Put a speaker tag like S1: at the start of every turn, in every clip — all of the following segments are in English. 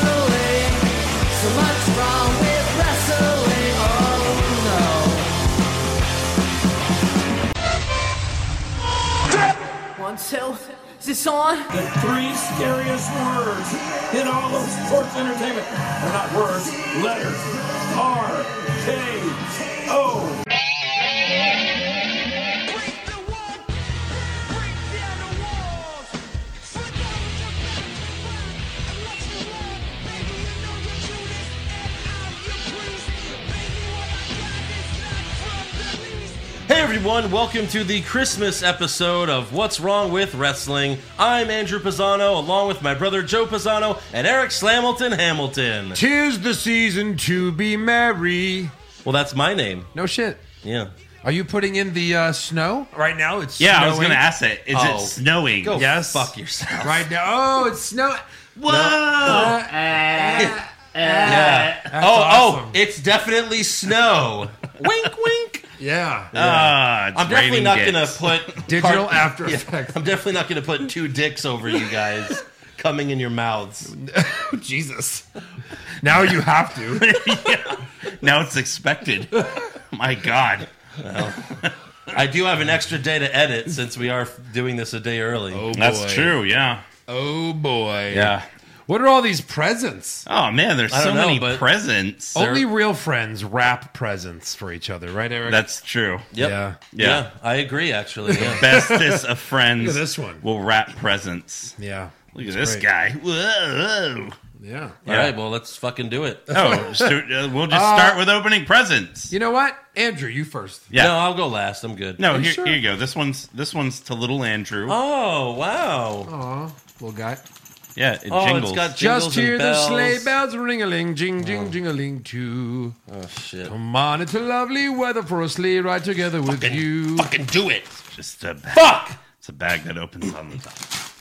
S1: Oh, So, is this on?
S2: The three scariest words in all of sports entertainment are not words, letters. R K O.
S3: Break the wall, break down the walls. Fight down your back to burn, and let you learn. Baby, you know your Judas, and I'm your priest. Baby, what I got is not from the least.
S4: Hey everyone, welcome to the Christmas episode of What's Wrong with Wrestling. I'm Andrew Pisano, along with my brother Joe Pisano and Eric Slamilton Hamilton.
S5: Tis the season to be merry.
S4: Well, that's my name.
S5: No shit.
S4: Yeah.
S5: Are you putting in the uh, snow right now? It's
S6: Yeah, I was
S5: snowing.
S6: going to ask that. Is
S4: Oh.
S6: it snowing?
S4: Go
S5: Yes.
S4: fuck yourself.
S5: right now. Oh, it's snow.
S6: Whoa!
S4: Yeah.
S5: That's
S4: oh,
S5: awesome.
S4: oh, it's definitely snow. wink, wink.
S5: Yeah,
S6: Ah, it's
S4: I'm definitely
S6: raining
S4: not
S6: dicks.
S4: gonna put
S5: digital
S4: part-
S5: After
S4: Yeah,
S5: Effects.
S4: I'm definitely not gonna put two dicks over you guys coming in your mouths.
S5: Jesus. Now you have to.
S6: Now it's expected. My God.
S4: I do have an extra day to edit since we are doing this a day early.
S6: That's
S5: boy.
S6: true, yeah.
S5: Oh boy.
S6: Yeah.
S5: What are all these presents?
S6: Oh, man, there's
S4: I
S6: so
S4: don't know,
S6: many
S4: but-
S6: presents.
S5: Only real friends wrap presents for each other, right, Eric?
S6: That's true.
S4: Yep.
S5: Yeah.
S4: Yeah.
S6: Yeah.
S4: I agree. Actually, yeah.
S6: Bestest of friends
S5: Look at this one.
S6: will wrap presents.
S5: yeah.
S6: Look at this
S5: great.
S6: guy. Whoa.
S5: Yeah.
S4: All right. Well, let's fucking do it.
S6: Oh, so, uh, we'll just start with opening presents.
S5: You know what, Andrew? You first.
S6: Yeah.
S4: No, I'll go last. I'm good.
S6: No,
S5: you
S6: Oh, here,
S5: sure?
S6: here you go. This one's this one's to little Andrew.
S4: Oh wow.
S5: Aw, little guy.
S6: yeah, it
S4: Oh,
S6: jingles.
S4: it's got jingles
S5: Just hear
S4: and
S5: the
S4: bells.
S5: sleigh bells ring a ling, jing,
S6: Oh.
S5: jing, jing a ling, too.
S4: Oh shit.
S5: Come on, it's a lovely weather for a sleigh ride together with you.
S4: Fucking do it.
S6: just a bag.
S4: Fuck.
S6: It's a bag that opens on the top.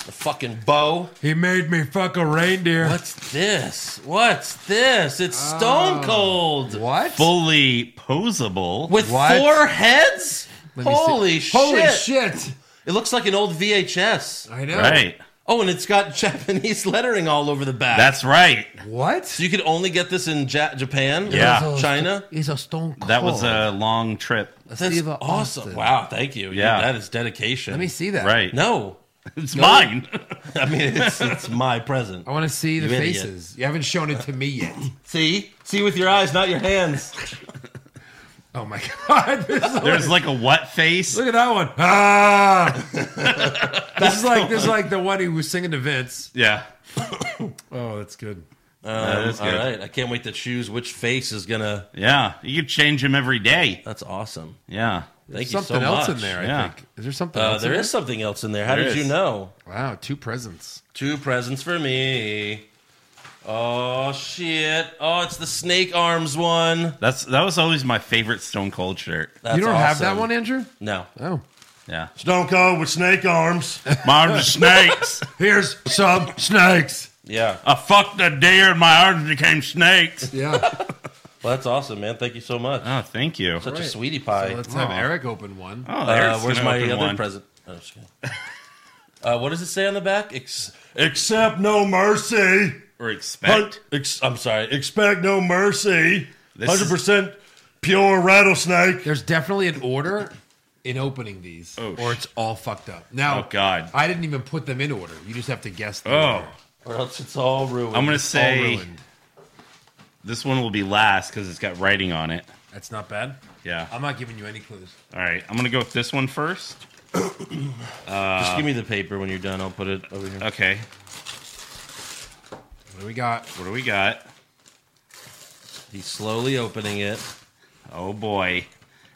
S4: The fucking bow.
S5: He made me fuck a reindeer.
S4: What's this? What's this? It's Stone Cold
S5: Oh. What?
S6: fully posable.
S4: with
S5: What?
S4: four heads.
S5: Let me see.
S4: Holy shit.
S5: Holy shit!
S4: It looks like an old VHS.
S5: I know.
S6: right.
S4: Oh, and it's got Japanese lettering all over the back.
S6: That's right.
S5: What?
S4: so you could only get this in ja- Japan,
S6: Yeah.
S4: or China.
S5: He's a stone cold.
S6: That was uh, a long trip.
S4: That's
S5: Steve
S4: awesome!
S5: Austin.
S4: Wow, thank you. Dude,
S6: Yeah.
S4: that is dedication.
S5: Let me see that.
S6: Right.
S4: No,
S6: It's mine.
S4: I mean it's, it's my present.
S5: I want to see the
S4: You idiot.
S5: faces. You haven't shown it to me yet.
S4: See, see with your eyes, not your hands.
S5: Oh my god! This is-
S6: There's like a what face.
S5: look at that one. Ah! this is like this is like the one who was singing to Vince.
S6: Yeah.
S5: Oh, that's good.
S6: Uh, that's
S4: All
S6: good.
S4: right, Um, I can't wait to choose which face is gonna.
S6: Yeah. You could change him every day.
S4: That's awesome.
S6: Yeah.
S4: Thank you so
S5: something else
S4: much.
S5: in there. I
S6: Yeah.
S5: think. Is there something?
S4: Uh,
S5: else
S4: there
S5: in
S4: is something else in there. How
S6: There
S4: did you
S6: is.
S4: know?
S5: There? Wow, two presents.
S4: Two presents for me. Oh shit! Oh, it's the snake arms one.
S6: That's that was always my favorite Stone Cold shirt.
S4: That's
S5: you don't have that
S4: awesome.
S5: one, Andrew?
S4: No.
S5: Oh.
S6: Yeah.
S7: Stone Cold with snake arms.
S6: My arms are snakes.
S5: Here's some snakes.
S4: Yeah.
S6: I fucked a deer and my arms became snakes.
S5: Yeah.
S4: Well, that's awesome, man. Thank you so much.
S6: Oh, thank you.
S4: Such a
S5: great.
S4: sweetie pie.
S5: Let's have Eric open one.
S6: Oh, there's
S4: Uh, where's
S6: gonna
S4: my
S6: open
S4: other
S6: one.
S4: present? Oh, just kidding. uh, what does it say on the back? Ex-
S7: Accept no mercy.
S6: Or expect.
S7: Hun-
S4: ex- I'm sorry. Ex-
S7: expect no mercy.
S6: This is-
S7: Hundred percent pure rattlesnake.
S5: There's definitely an order in opening these,
S6: Oh,
S5: or
S6: sh-
S5: it's all fucked up. Now,
S6: Oh, God.
S5: I didn't even put them in order. You just have to guess. The
S6: Oh.
S5: order.
S4: or else it's all ruined.
S6: I'm gonna
S5: It's all
S6: say
S5: ruined.
S6: this one will be last because it's got writing on it.
S5: that's not bad.
S6: Yeah.
S5: I'm not giving you any clues.
S6: All right. I'm gonna go with this one first.
S4: Just give me
S6: uh,
S4: the paper when you're done. I'll put it over here.
S6: Okay.
S5: What do we got?
S6: What do we got?
S4: He's slowly opening it.
S6: Oh boy.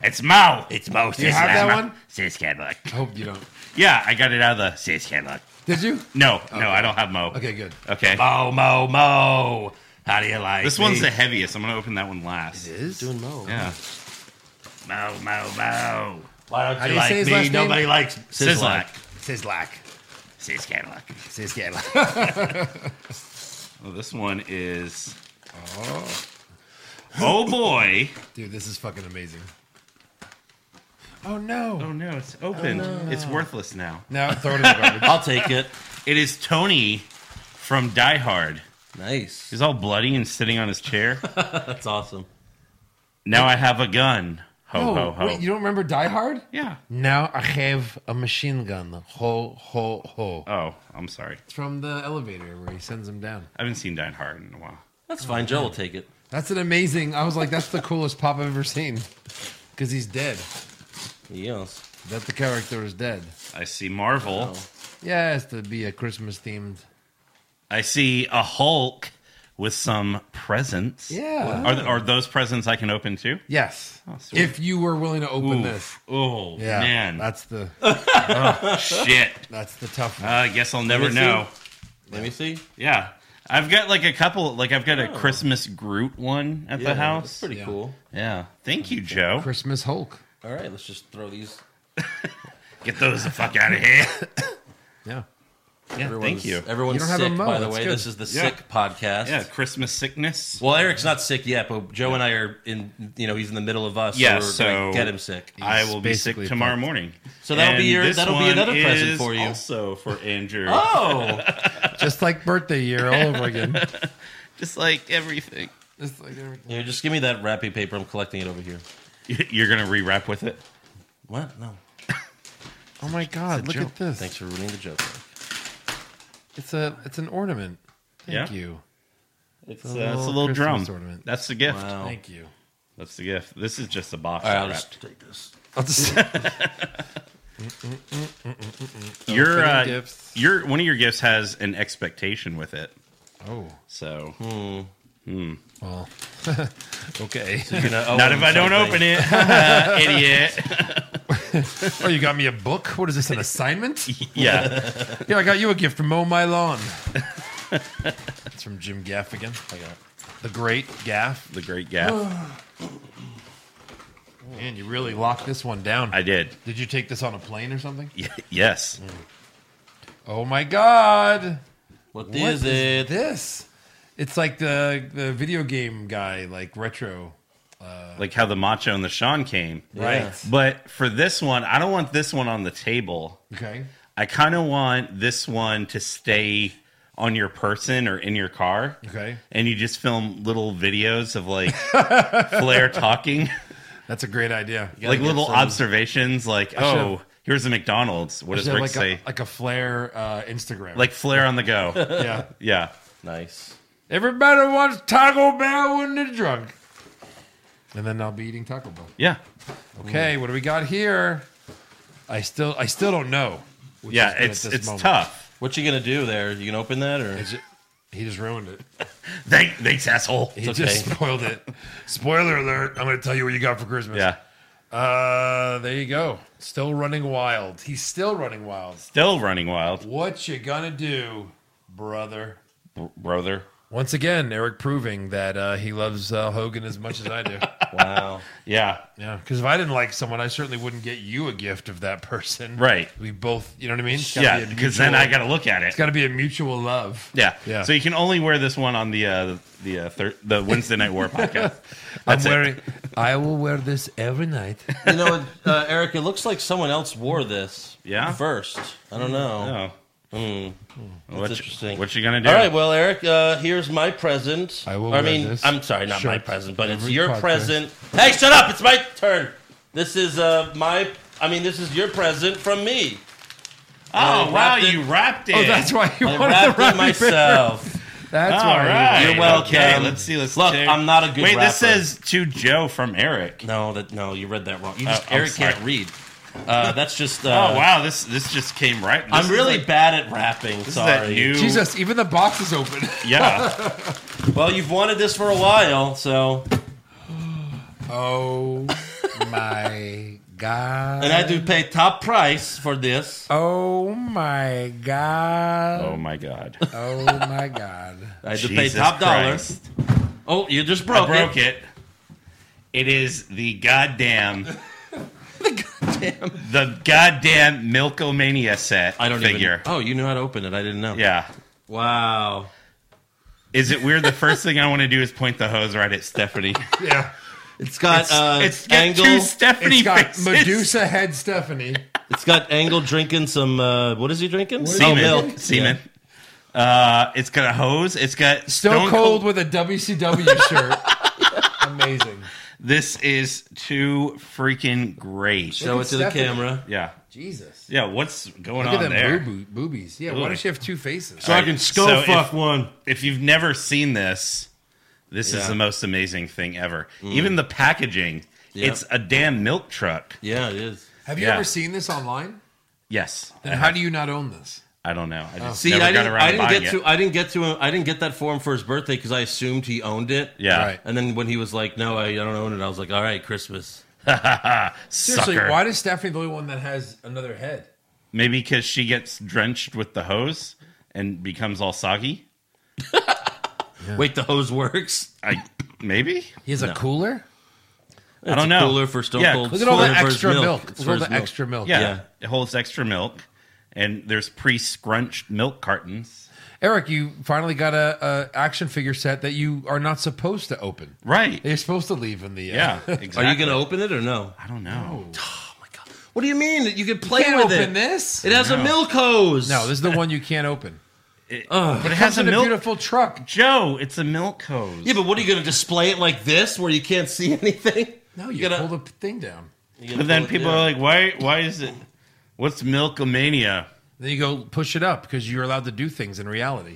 S6: It's Mao. It's Mao.
S5: you have that one?
S6: Sis catalog.
S5: I hope you don't.
S6: Yeah, I got it out of the sis catalog.
S5: Did you?
S6: No, no, I don't have Mo.
S5: Okay, good.
S6: Okay.
S4: Mo, mo, mo. How do you like
S6: This one's the heaviest. I'm gonna open that one last.
S5: Is
S4: doing mo.
S6: Yeah. Mo, Mo, Mo.
S4: Why don't
S5: How do you say his last name?
S4: likes
S6: Sizzlack.
S5: Sislak.
S6: Sis catalog.
S5: Sislak.
S6: Well, this one is. Oh. Oh boy.
S5: Dude, this is fucking amazing. Oh no!
S6: Oh no, it's open. It's worthless now.
S5: Now throw it in the garbage.
S4: I'll take it.
S6: It is Tony from Die Hard.
S4: Nice.
S6: He's all bloody and sitting on his chair.
S4: That's awesome.
S6: now I have a gun. Ho, ho, ho.
S5: wait, you don't remember Die Hard?
S6: yeah.
S5: Now I have a machine gun. Ho, ho, ho.
S6: Oh, I'm sorry.
S5: It's from the elevator where he sends him down.
S6: I haven't seen Die Hard in a while.
S4: That's fine. Joe will take it.
S5: That's an amazing. I was like, that's the coolest pop I've ever seen. Because he's dead.
S4: Yes.
S5: That the character is dead.
S6: I see
S5: Oh.
S6: Marvel.
S5: Yeah, it has to be a Christmas themed.
S6: I see a Hulk with some presents.
S5: Yeah.
S6: Are, th- are those presents I can open too?
S5: Yes.
S6: Oh, sweet.
S5: if you were willing to open this.
S6: Oh
S5: Yeah.
S6: man,
S5: That's the
S6: shit.
S5: that's the tough
S6: Uh,
S5: one.
S6: I guess I'll never
S4: me see.
S6: know.
S4: Let me see.
S6: Yeah, I've got like a couple. Like I've got
S4: Oh.
S6: a Christmas Groot one at the
S4: That's
S6: house.
S4: pretty
S5: Yeah.
S4: cool.
S6: yeah, thank you, Joe.
S5: Christmas Hulk.
S4: All right, let's just throw these.
S6: Get those the fuck out of here.
S5: Yeah.
S6: yeah,
S4: Everyone's-
S6: thank you.
S4: Everyone's
S5: You don't have a
S4: sick,
S5: mo,
S4: by the
S5: that's
S4: way.
S5: good.
S4: This is the
S6: Yeah.
S4: sick podcast.
S6: Yeah, Christmas sickness.
S4: Well, Eric's not sick yet, but Joe and I are in. You know, he's in the middle of us.
S6: Yeah,
S4: so, we're
S6: so-
S4: gonna get him sick.
S6: I will be sick
S5: basically
S6: tomorrow
S5: fucked.
S6: morning.
S4: So that'll be
S6: And
S4: your-
S6: this
S4: that'll be
S6: one
S4: another present
S6: is
S4: for you.
S6: Also for Andrew.
S4: Oh,
S5: Just like birthday year all over again.
S6: Just like everything.
S5: Just like everything.
S4: Here, just give me that wrapping paper. I'm collecting it over here.
S6: You're gonna rewrap with it.
S4: What? No.
S5: Oh my god, look
S6: joke.
S5: at this.
S4: Thanks for ruining the joke.
S5: It's a it's an ornament. Thank
S6: Yeah.
S5: you.
S6: It's,
S5: a
S6: uh, it's a
S5: little
S6: little
S5: Christmas
S6: drum.
S5: ornament.
S6: That's the gift.
S4: Wow.
S5: Thank you.
S6: That's the gift. This is just a box.
S4: All right, I'll
S6: wrapped.
S4: just take this.
S5: I'll just
S6: your
S5: Opening
S6: uh,
S5: gifts.
S6: your one of your gifts has an expectation with it.
S5: Oh.
S6: So
S4: Hmm.
S5: Well. okay.
S4: You're gonna owe
S6: not
S4: him
S6: if I don't
S4: something.
S6: open it, idiot.
S5: Oh, you got me a book? What is this, an assignment?
S6: yeah,
S5: Here, I got you a gift from Mow My Lawn. it's from Jim Gaffigan. I got The Great Gaff.
S6: the great gap.
S5: Man, you really locked this one down.
S6: I did.
S5: Did you take this on a plane or something?
S6: Y- yes,
S5: Oh my God.
S4: What,
S5: What
S4: is it?
S5: This. It's like the, the video game guy, like retro.
S6: like how the macho and the Sean came.
S5: Right.
S6: But for this one, I don't want this one on the table.
S5: Okay.
S6: I kind of want this one to stay on your person or in your car.
S5: Okay.
S6: And you just film little videos of like Flair talking,
S5: That's a great idea.
S4: gotta
S6: like
S4: get
S6: little
S4: some-
S6: observations, like, oh, here's a McDonald's. What does
S5: Should have
S6: Rick
S5: like,
S6: say?
S5: a, like a flare uh, Instagram.
S6: like Flair on the go.
S5: yeah.
S6: yeah.
S4: Nice.
S5: Everybody wants Taco Bell when they're drunk. And then I'll be eating Taco Bell.
S6: Yeah.
S5: Okay, what do we got here? I still I still don't know. which is
S6: Yeah.
S5: good at
S6: It's
S5: this
S6: it's
S5: moment.
S6: tough.
S4: What you gonna do there? You gonna open that or?
S5: It's ju- he just ruined it.
S6: Thank, thanks, asshole.
S5: He
S4: It's
S5: just
S4: okay.
S5: spoiled it. Spoiler alert! I'm going to tell you what you got for Christmas.
S6: Yeah.
S5: Uh, there you go. Still running wild. He's still running wild.
S6: Still running wild,
S5: What you gonna do, brother?
S6: br- brother.
S5: Once again, Eric proving that uh, he loves uh, Hogan as much as I do.
S4: Wow.
S6: Yeah.
S5: yeah, because if I didn't like someone, I certainly wouldn't get you a gift of that person.
S6: Right.
S5: We both, you know what I mean? It's gotta
S6: Yeah.
S5: be a
S6: Because then I
S5: mutual-
S6: got to look at it.
S5: It's got to be a mutual love.
S6: Yeah.
S5: Yeah.
S6: So you can only wear this one on the uh, the uh, thir- the Wednesday Night War podcast.
S5: I'm
S6: it.
S5: wearing. I will wear this every night.
S4: You know, uh, Eric, it looks like someone else wore this.
S6: Yeah?
S4: First, I don't know. Hmm.
S6: Oh,
S4: That's
S6: what
S4: interesting.
S6: you, what you gonna do?
S4: All right, well, Eric, uh, here's my present.
S5: I will
S4: I
S5: wear
S4: mean,
S5: this
S4: I'm sorry, not my
S5: shirt
S4: present, but it's
S5: every
S4: your
S5: podcast.
S4: present. Hey, shut up! It's my turn. This is uh, my. I mean, this is your present from me. I
S6: oh wow,
S4: wrapped it-
S6: you wrapped it.
S5: Oh, that's why you
S4: I
S5: wanted
S4: wrapped
S5: the
S4: it
S5: wrapping
S4: myself.
S5: paper. That's
S6: All
S5: why.
S6: right.
S4: You're welcome.
S6: Okay, let's see. Let's
S4: Look,
S6: check.
S4: I'm not a good
S6: Wait,
S4: rapper.
S6: this says to Joe from Eric.
S4: No, that no, you read that wrong. You
S6: Oh,
S4: just
S6: I'm
S4: Eric
S6: sorry.
S4: can't read. Uh, that's just. Uh,
S6: Oh wow, this this just came right. This
S4: I'm
S6: is
S4: really
S6: like-
S4: bad at rapping.
S6: this is that
S4: sorry.
S6: new.
S5: Jesus, even the box is open.
S6: Yeah.
S4: Well, you've wanted this for a while, so
S5: Oh my god.
S4: and I do pay top price for this.
S5: Oh my god.
S6: Oh my God.
S5: Oh my god.
S4: I do pay
S6: Jesus
S4: top dollar.
S6: Christ.
S4: Oh, you just
S6: I
S4: broke,
S6: broke
S4: it.
S6: it. It is the goddamn. the goddamn. The goddamn Milkomania set.
S4: I don't
S6: figure.
S4: even. Oh, you knew how to open it. I didn't know.
S6: Yeah.
S4: Wow.
S6: Is it weird? The first thing I want to do is point the hose right at Stephanie.
S5: Yeah.
S4: It's got uh,
S6: it's got
S4: angle.
S6: two Stephanie
S5: It's got
S6: faces.
S5: Medusa head Stephanie.
S4: it's got angle drinking some. Uh, what is he drinking?
S6: Semen.
S4: Oh, milk.
S6: Semen. Uh, it's got a hose. It's got
S5: Still
S6: Stone
S5: cold with a WCW shirt. Amazing.
S8: This is too freaking great.
S4: Show it to the
S5: Stephanie.
S4: camera.
S8: yeah.
S5: Jesus.
S8: Yeah, what's going
S5: Look at
S8: on
S5: them
S8: there?
S5: boob- boobies. Yeah, why
S8: Ugh.
S5: does she have two faces?
S7: So I can skull
S8: So if-
S7: fuck one.
S8: If you've never seen this, this
S4: Yeah. Mm.
S8: is the most amazing thing ever. Even the packaging,
S4: Yeah.
S8: it's a damn milk truck.
S4: Yeah, it is.
S5: Have you
S8: Yeah.
S5: ever seen this online?
S8: Yes.
S5: Then how do you not own this?
S8: I don't know. I just
S4: See,
S8: never
S4: I
S8: got
S4: didn't,
S8: around
S4: I didn't
S8: buying
S4: get
S8: it.
S4: to I didn't get to him. I didn't get that for him for his birthday because I assumed he owned it.
S8: yeah.
S5: Right.
S4: And then when he was like, "No, I, I don't own it," I was like, "All right, Christmas."
S5: Seriously,
S8: Sucker.
S5: why does Stephanie the only one that has another head?
S8: Maybe because she gets drenched with the hose and becomes all soggy.
S4: Wait, the hose works.
S8: I maybe
S5: He has a cooler?
S8: I don't know.
S4: Cooler for Stone
S8: Yeah,
S4: Cold.
S5: Look at all
S4: cooler
S5: the
S4: for his
S5: extra milk.
S4: It's
S5: Look
S4: for
S5: at all
S4: his
S5: the extra milk.
S8: Yeah,
S4: Yeah.
S8: it holds extra milk, and there's pre-scrunched milk cartons.
S5: Eric, you finally got a, a action figure set that you are not supposed to open.
S8: Right?
S5: You're supposed to leave in the uh,
S8: yeah.
S4: Are
S8: Exactly.
S4: you going to open it or no?
S8: I don't know.
S4: What do you mean that you could play
S5: Can't
S4: with
S5: open
S4: it?
S5: this.
S4: It has a milk hose.
S5: No, this is the one you can't open.
S8: But it
S5: Comes
S8: has a
S5: in a
S8: milk.
S5: beautiful truck.
S8: Joe, it's a milk hose.
S4: Yeah, but what are you going to display it like this, where you can't see anything?
S5: No, you,
S4: gotta-
S5: pull the thing down.
S4: you gotta
S8: But then
S4: pull it
S8: people
S4: down.
S8: are like, "Why? Why is it? What's milkomania?"
S5: Then you go push it up because you're allowed to do things in reality.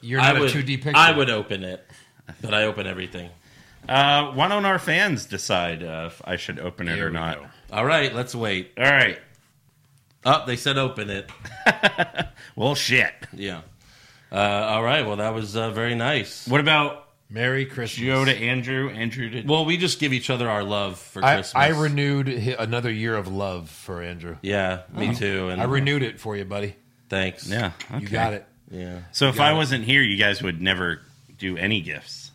S5: You're
S4: I
S5: not
S4: would,
S5: a 2D picture.
S4: I would open it, but I open everything.
S8: Uh, why don't our fans decide uh, if I should open it
S5: Here
S8: or
S5: we
S8: not?
S5: go.
S4: All right, let's wait.
S8: All right.
S4: Up, they said open it.
S8: Well, shit.
S4: Yeah. Uh, all right. Well, that was uh, very nice.
S8: What about
S5: Merry Christmas.
S8: Joe to Andrew? Andrew to
S4: Well, we just give each other our love for
S5: I,
S4: Christmas.
S5: I renewed hi- another year of love for Andrew.
S4: Yeah, me too. And
S5: Uh-huh. I renewed it for you, buddy.
S4: thanks.
S8: yeah.
S5: You
S8: Mm-hmm. okay.
S5: got it.
S4: Yeah.
S8: So if
S5: Got
S8: I
S5: it.
S8: wasn't here, you guys would never do any gifts.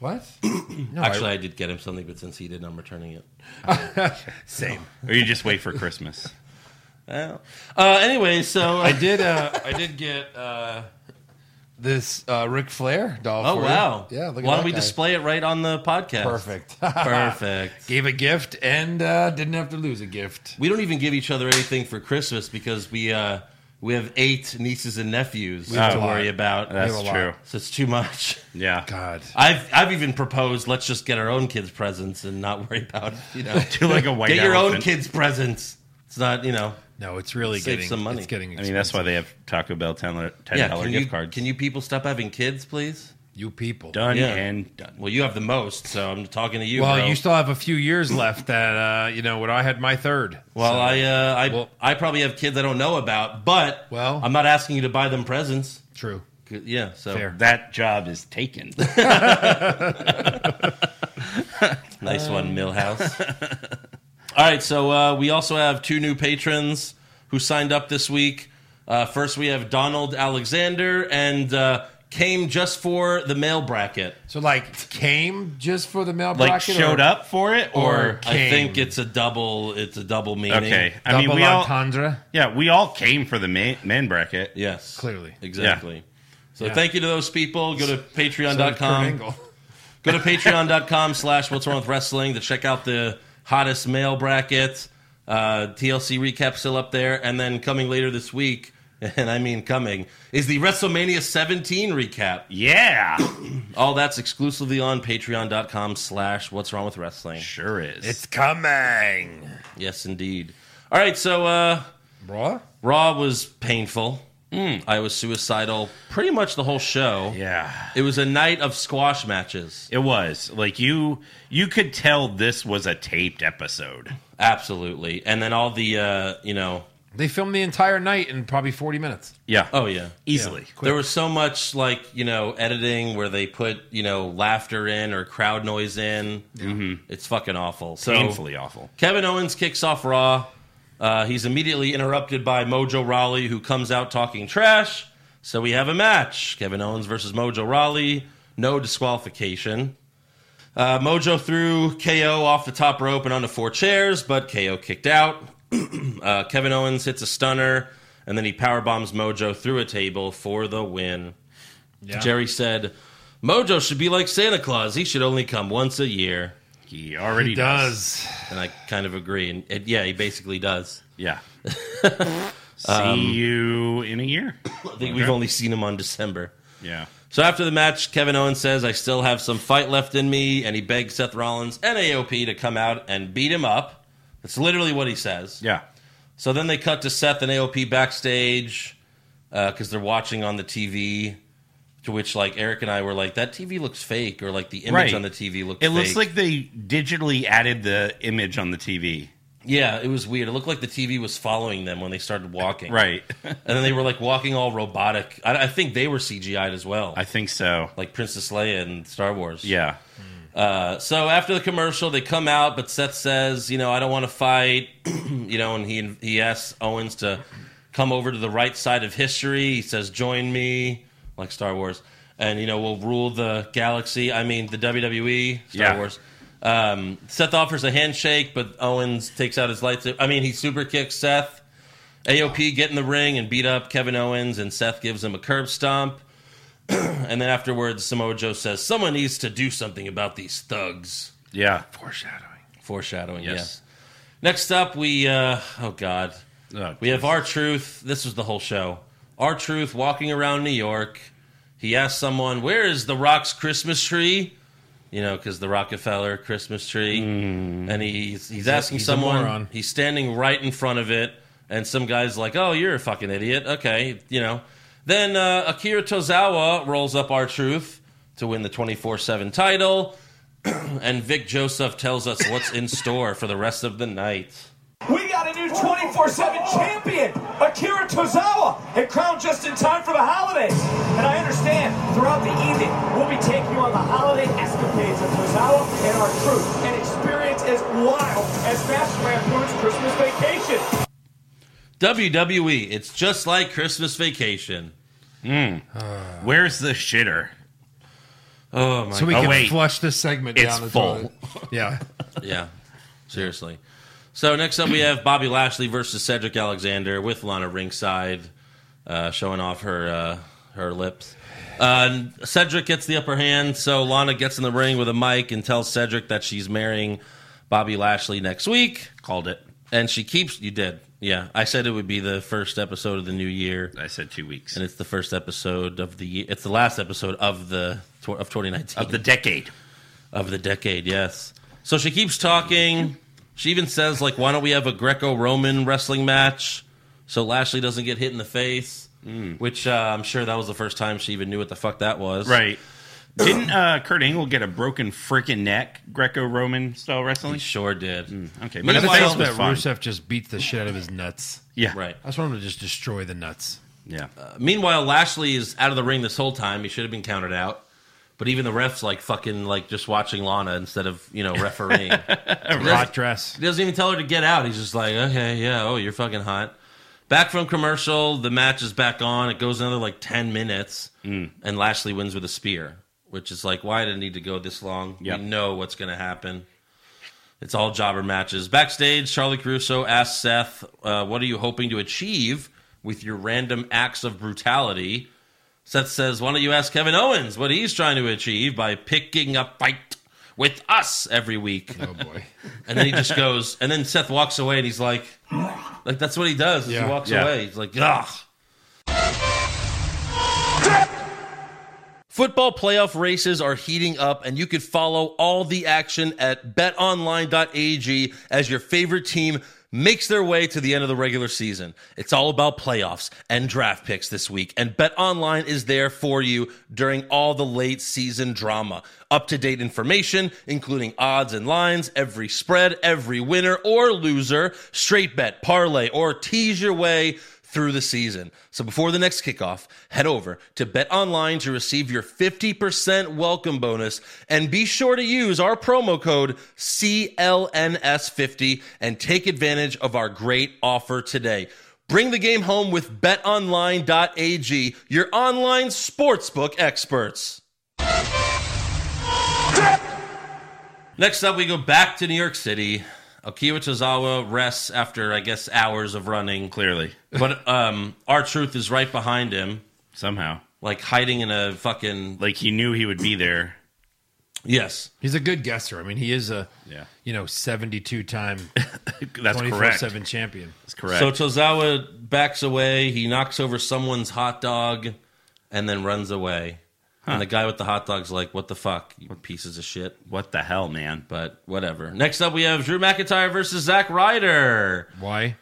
S5: What? No,
S4: Actually, I did get him something, but since he didn't, I'm returning it.
S5: same.
S8: Or you just wait for Christmas.
S4: Well, Uh, anyway, so
S5: I did. Uh, I did get uh, this uh, Ric Flair doll.
S4: oh
S5: for
S4: wow,
S5: you. Yeah, look
S4: Why
S5: at
S4: don't
S5: that
S4: we
S5: guy.
S4: display it right on the podcast?
S5: Perfect.
S4: Perfect.
S5: Gave a gift and uh, didn't have to lose a gift.
S4: we don't even give each other anything for Christmas because we uh, we have eight nieces and nephews
S5: have
S4: to
S5: a lot.
S4: worry about.
S8: That's
S5: a lot.
S8: true.
S4: so it's too much.
S8: Yeah.
S5: God.
S4: I've I've even proposed let's just get our own kids presents and not worry about it, you know.
S8: Do like a white
S4: get your own
S8: elephant.
S4: kids presents. It's not you know.
S5: No, it's really
S4: Save
S5: getting
S4: some money.
S5: It's getting.
S8: I mean, that's why they have Taco Bell ten dollar
S4: Yeah,
S8: dollar
S4: can
S8: gift
S4: you
S8: cards.
S4: can you people stop having kids, please?
S5: you people.
S8: done
S4: Yeah.
S8: and done?
S4: Well, you have the most, so I'm talking to you.
S5: Well,
S4: bro.
S5: you still have a few years left. That uh, you know, when I had my third.
S4: Well,
S5: So-
S4: I uh, I
S5: Well-
S4: I probably have kids I don't know about, but
S5: Well-
S4: I'm not asking you to buy them presents.
S5: true.
S4: C- Yeah, so
S5: Fair.
S8: That job is taken.
S4: nice one, Millhouse. Um, All right, so uh, we also have two new patrons who signed up this week. Uh, first, we have Donald Alexander and uh, came just for the mail bracket.
S5: So like came just for the mail
S8: like
S5: bracket.
S8: showed
S5: or
S8: up for it, or,
S5: or
S4: I
S5: Came.
S4: think it's a double. It's a double meaning.
S8: okay. I
S5: Double
S8: mean, we all
S5: entendre.
S8: yeah, we all came for the man, man bracket.
S4: Yes.
S5: Clearly.
S4: Exactly. So
S5: Yeah.
S4: thank you to those people. Go to
S5: So did Kurt
S4: patreon.com.
S5: Angle.
S4: Go to patreon.com slash what's wrong with wrestling to check out the hottest male bracket. Uh, TLC recap still up there. And then coming later this week, and I mean coming, is the WrestleMania 17 recap.
S8: Yeah,
S4: All that's exclusively on patreon.com slash what's wrong with wrestling.
S8: sure is.
S5: It's coming.
S4: Yes, indeed. All right, so uh,
S5: Bro.
S4: Raw was painful. I was suicidal pretty much the whole show.
S8: yeah,
S4: It was a night of squash matches.
S8: it was like you you could tell this was a taped episode.
S4: Absolutely. And then all the, uh, you know,
S5: They filmed the entire night in probably 40 minutes.
S8: Yeah,
S4: oh, yeah.
S8: easily.
S4: There was so much like you know editing where they put you know laughter in or crowd noise in. Mm-hmm. It's fucking awful. So
S8: Painfully awful.
S4: Kevin Owens kicks off Raw. Uh, he's immediately interrupted by Mojo Raleigh, who comes out talking trash. So we have a match: Kevin Owens versus Mojo Raleigh. No disqualification. Uh, Mojo threw KO off the top rope and onto four chairs, but KO kicked out. uh, Kevin Owens hits a stunner, and then he power bombs Mojo through a table for the win. Jerry said, "Mojo should be like Santa Claus. He should only come once a year."
S8: He already does.
S5: Does.
S4: And I kind of agree. And it, yeah, he basically does.
S8: Yeah. See you in a year.
S4: I think we've only seen him on December.
S8: Yeah.
S4: So after the match, Kevin Owens says, I still have some fight left in me, and he begs Seth Rollins and AOP to come out and beat him up. That's literally what he says.
S8: Yeah.
S4: So then they cut to Seth and AOP backstage because they're watching on the TV. To which, like Eric and I were like, "That TV looks fake," or like the image
S8: Right.
S4: on the TV looked.
S8: It looks
S4: fake.
S8: like they digitally added the image on the TV.
S4: yeah, it was weird. It looked like the TV was following them when they started walking,
S8: Right.
S4: And then they were like walking all robotic. I, I think they were CGI'd as well,
S8: I think so.
S4: like Princess Leia in Star Wars.
S8: Yeah.
S4: Uh, so after the commercial, they come out, but Seth says, "You know, I don't want to fight." you know, and he he asks Owens to come over to the right side of history. He says, "Join me," like Star Wars, and you know, we'll rule the galaxy. I mean, the WWE Star
S8: Yeah.
S4: Wars. Um, Seth offers a handshake, but Owens takes out his lightsaber. I mean, he super kicks Seth. AOP get in the ring and beat up Kevin Owens, and Seth gives him a curb stomp. and then afterwards, Samoa Joe says, Someone needs to do something about these thugs.
S8: Yeah.
S5: Foreshadowing.
S4: Foreshadowing,
S8: Yes.
S4: yes. Next up, we, uh, oh God,
S8: Oh,
S4: we have Our Truth. This was the whole show. Our Truth walking around New York. He asked someone, Where is The Rock's Christmas tree? You know, because the Rockefeller Christmas tree. And he's, he's asking
S5: Mm. he's a
S4: someone,
S5: moron.
S4: he's standing right in front of it. And some guy's like, Oh, you're a fucking idiot. Okay, you know. Then uh, Akira Tozawa rolls up Our Truth to win the 24 7 title. and Vic Joseph tells us what's in store for the rest of the night.
S2: We got a new 24 7 champion, Akira Tozawa, and crowned just in time for the holidays. And I understand throughout the evening, we'll be taking you on the holiday escapades of Tozawa and our crew, an experience as wild as Master Rampoon's Christmas vacation.
S4: WWE, E, it's just like Christmas vacation.
S8: Where's the shitter?
S4: Oh my
S5: So we
S8: Oh,
S5: can
S8: wait.
S5: flush this segment
S8: It's
S5: down the
S8: full.
S5: toilet. Yeah.
S4: Yeah, seriously. So next up, we have Bobby Lashley versus Cedric Alexander with Lana ringside, uh, showing off her uh, her lips. Uh, Cedric gets the upper hand, so Lana gets in the ring with a mic and tells Cedric that she's marrying Bobby Lashley next week,
S8: Called it.
S4: and she keeps. You did, yeah. I said it would be the first episode of the new year,
S8: I said two weeks.
S4: and it's the first episode of the. It's the last episode of the tw- of 2019
S8: Of the decade.
S4: of the decade. Yes. So she keeps talking. She even says like, "Why don't we have a Greco-Roman wrestling match?" So Lashley doesn't get hit in the face,
S8: Hmm.
S4: which uh, I'm sure that was the first time she even knew what the fuck that was.
S8: Right. Didn't uh, Kurt Angle get a broken freaking neck Greco-Roman style wrestling?
S4: He sure did.
S8: Hmm. Okay, but
S5: But
S8: his
S5: the
S4: Meanwhile-
S8: face
S5: face
S8: was
S5: that
S8: fine.
S5: Rusev just beats the shit out of his nuts.
S8: Yeah,
S4: Right.
S5: I just want him to just destroy the nuts.
S8: Yeah,
S4: Meanwhile, Lashley is out of the ring this whole time. He should have been counted out. But even the refs like fucking like just watching Lana instead of you know refereeing.
S5: Hot dress.
S4: He doesn't even tell her to get out. He's just like, okay, yeah, oh, you're fucking hot. Back from commercial, the match is back on. It goes another like 10 minutes, and Lashley wins with a spear, which is like, why did it need to go this long?
S8: Yep.
S4: We know what's going to happen. It's all jobber matches. Backstage, Charlie Caruso asks Seth, uh, what are you hoping to achieve with your random acts of brutality? Seth says, why don't you ask Kevin Owens what he's trying to achieve by picking a fight with us every week?
S5: Oh boy.
S4: And then he just goes, and then Seth walks away, and he's like, like that's what he does. is
S5: Yeah.
S4: he walks
S8: Yeah.
S4: away. He's like, ugh. Football playoff races are heating up, and you could follow all the action at betonline.ag as your favorite team makes their way to the end of the regular season. It's all about playoffs and draft picks this week, and betonline is there for you during all the late season drama. Up to date information, including odds and lines, every spread, every winner or loser, straight bet, parlay, or tease your way through the season. So before the next kickoff, head over to BetOnline to receive your 50% welcome bonus and be sure to use our promo code CLNS50 and take advantage of our great offer today. Bring the game home with betonline.ag, your online sportsbook experts. Next up, we go back to New York City. Akiwa Tozawa rests after, I guess, hours of running.
S8: clearly
S4: But um, our truth is right behind him,
S8: somehow,
S4: like hiding in a fucking
S8: like he knew he would be there.
S4: yes.
S5: He's a good guesser. I mean, he is a
S8: Yeah.
S5: you know, 72 time
S8: That's
S5: 24
S8: correct.
S5: 7 champion.
S8: That's correct.
S4: So Tozawa backs away. He knocks over someone's hot dog, and then runs away. And the guy with the hot dog's like, what the fuck, you pieces of shit.
S8: What the hell, man?
S4: But whatever. Next up, we have Drew McIntyre versus Zack Ryder.
S5: Why?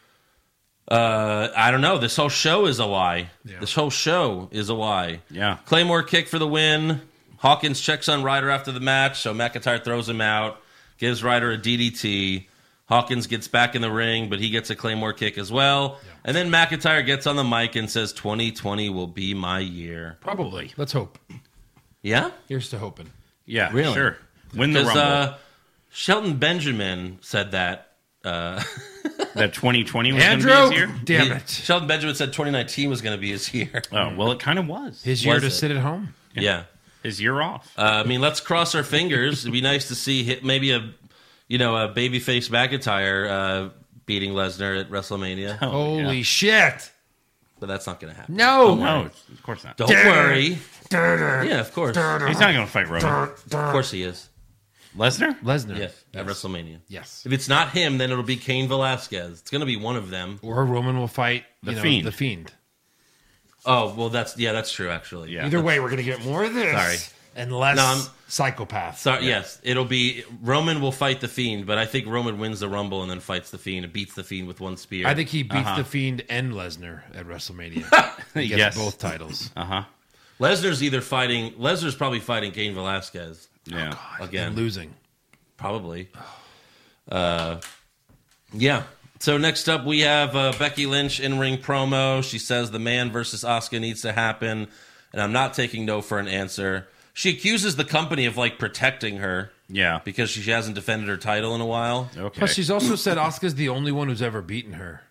S4: Uh, I don't know. This whole show is a why. This whole show is a why.
S8: Yeah.
S4: Claymore kick for the win. Hawkins checks on Ryder after the match, so McIntyre throws him out, gives Ryder a DDT. Hawkins gets back in the ring, but he gets a Claymore kick as well. And then McIntyre gets on the mic and says, 2020 will be my year.
S5: Probably. Let's hope.
S4: Yeah?
S5: Here's to hoping.
S8: Yeah,
S4: Really?
S8: sure. Win the
S4: Because
S8: rumble.
S4: uh, Shelton Benjamin said that.
S8: that 2020 was going to be
S5: Andrew,
S8: his year.
S5: damn
S4: He-
S5: it.
S4: Shelton Benjamin said 2019 was going to be his year.
S8: Oh well, it kind of was his,
S5: His year
S4: Was
S5: to
S4: it?
S5: sit at home.
S4: yeah.
S8: year off.
S4: Uh, I mean, let's cross our fingers. It'd be nice to see hit maybe a, you know, a babyface McIntyre uh, beating Lesnar at WrestleMania,
S5: Holy shit.
S4: but that's not going to happen.
S5: Oh, No.
S8: no, it's- of course not.
S4: Don't worry. Yeah, of course. Of
S8: He's not going to fight Roman
S4: course he is.
S8: Lesnar.
S5: Lesnar.
S4: Yeah, at WrestleMania.
S5: Yes.
S4: If it's not him, then it'll be Kane Velasquez. It's going to be one of them.
S5: Or Roman will fight the,
S8: The
S5: fiend.
S8: Fiend.
S5: the Fiend.
S4: Oh, well, that's yeah, that's true actually.
S8: Yeah.
S5: Either way, we're going to get more of this.
S4: Sorry.
S5: And less
S4: No, I'm-
S5: psychopaths.
S4: So, Yes, it'll be Roman will fight the Fiend, but I think Roman wins the Rumble and then fights the Fiend and beats the Fiend with one spear.
S5: I think he beats
S4: Uh-huh.
S5: the Fiend and Lesnar at WrestleMania. he gets
S8: Yes.
S5: both titles.
S8: Uh huh.
S4: Lesnar's either fighting Lesnar's probably fighting Kane Velasquez
S8: Yeah.
S4: again.
S5: And losing.
S4: probably. Uh, yeah. So next up, we have uh, Becky Lynch in ring promo. She says the man versus Oscar needs to happen, and I'm not taking no for an answer. She accuses the company of like protecting her
S8: yeah.
S4: because she hasn't defended her title in a while.
S8: Okay.
S5: Plus, she's also said Asuka's the only one who's ever beaten her.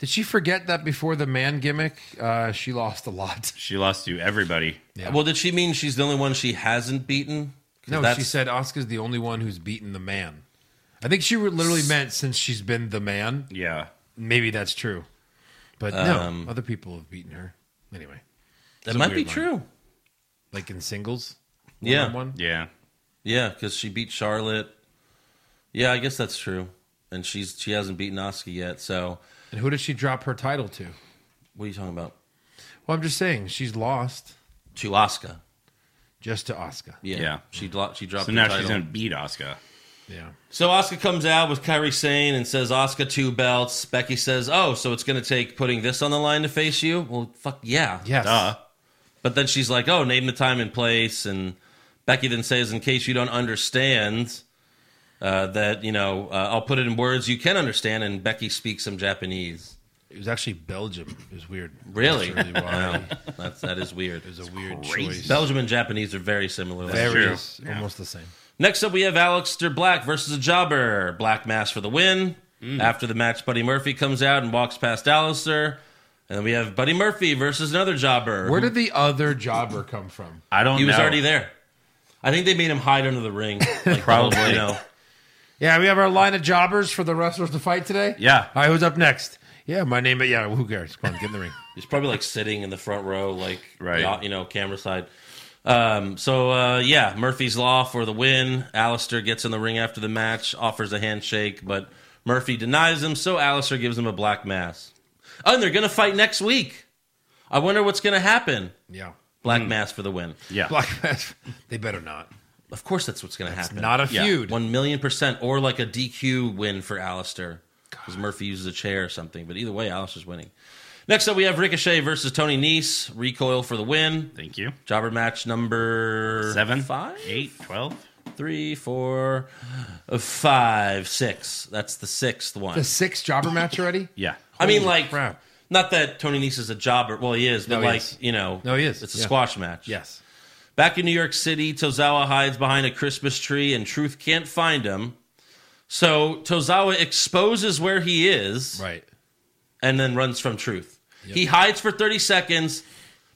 S5: Did she forget that before the man gimmick, uh, she lost a lot?
S8: she lost to everybody.
S5: Yeah.
S4: Well, did she mean she's the only one she hasn't beaten? 'Cause
S5: No, she
S4: that's-
S5: said Asuka's the only one who's beaten the man. I think she literally meant since she's been the man.
S8: Yeah.
S5: Maybe that's true. But
S4: Um,
S5: no, other people have beaten her. Anyway,
S4: that
S5: a
S4: might be
S5: weird line.
S4: true.
S5: like in singles.
S4: Yeah.
S5: one.
S8: Yeah.
S4: Yeah, because she beat Charlotte. Yeah, I guess that's true. And she's she hasn't beaten Oscar yet. So
S5: And who did she drop her title to?
S4: what are you talking about?
S5: Well, I'm just saying she's lost
S4: To Oscar.
S5: just to Asuka.
S4: Yeah.
S8: Yeah.
S4: She dro- she dropped
S8: So
S4: the
S8: now
S4: title.
S8: she's going to beat Asuka.
S5: Yeah.
S4: so Oscar comes out with Kyrie Sane and says Oscar two belts. Becky says, "Oh, so it's going to take putting this on the line to face you?" Well, fuck yeah.
S5: Yes.
S8: Duh.
S4: But then she's like, "Oh, name the time and place." And Becky then says, "In case you don't understand, uh, that you know, uh, I'll put it in words you can understand." And Becky speaks some Japanese.
S5: It was actually Belgium. It was weird.
S4: Really?
S5: That's really wild.
S4: Wow. That's that is weird.
S5: It was a weird
S8: crazy.
S5: choice.
S4: Belgium and Japanese are very similar.
S5: Very
S8: true.
S5: is almost the same.
S4: Next up, we have Aleister Black versus a jobber. Black mask for the win.
S8: Mm.
S4: After the match, Buddy Murphy comes out and walks past Aleister. And then we have Buddy Murphy versus another jobber.
S5: Where did the other jobber come from?
S8: I don't
S4: he was
S8: know.
S4: already there. I think they made him hide under the ring. Like,
S8: Probably.
S4: You know,
S5: Yeah, we have our line of jobbers for the wrestlers to fight today.
S8: Yeah.
S5: All right, who's up next? Yeah, my name. Yeah, who cares? Come on, get in the ring.
S4: he's probably like sitting in the front row, like
S8: Right.
S4: you know, camera side. Um, so uh, yeah, Murphy's Law for the win. Aleister gets in the ring after the match, offers a handshake, but Murphy denies him. So Aleister gives him a black mass. Oh, and they're gonna fight next week. I wonder what's gonna happen.
S5: Yeah,
S4: Black mass for the win.
S8: Yeah.
S5: Black Mass. They better not.
S4: Of course, that's what's gonna happen.
S5: Not a
S8: Yeah.
S5: feud.
S4: one million percent, or like a DQ win for Alistair because Murphy uses a chair or something. But either way, Alistair's winning. Next up, we have Ricochet versus Tony Nese. Recoil for the win.
S8: Thank you.
S4: Jobber match number
S8: Seven,
S4: five,
S8: eight, twelve.
S4: three, four, uh, five, six. That's the sixth one.
S5: The sixth jobber match already?
S8: Yeah.
S4: I mean,
S5: Holy
S4: like,
S5: crap.
S4: not that Tony Nese is a jobber. Well, he is, but
S5: No, he
S4: like,
S5: is.
S4: you know,
S5: No, he is.
S4: It's a
S5: Yeah.
S4: squash match.
S5: Yes.
S4: Back in New York City, Tozawa hides behind a Christmas tree and Truth can't find him. So Tozawa exposes where he is
S5: Right.
S4: and then runs from Truth. He hides for 30 seconds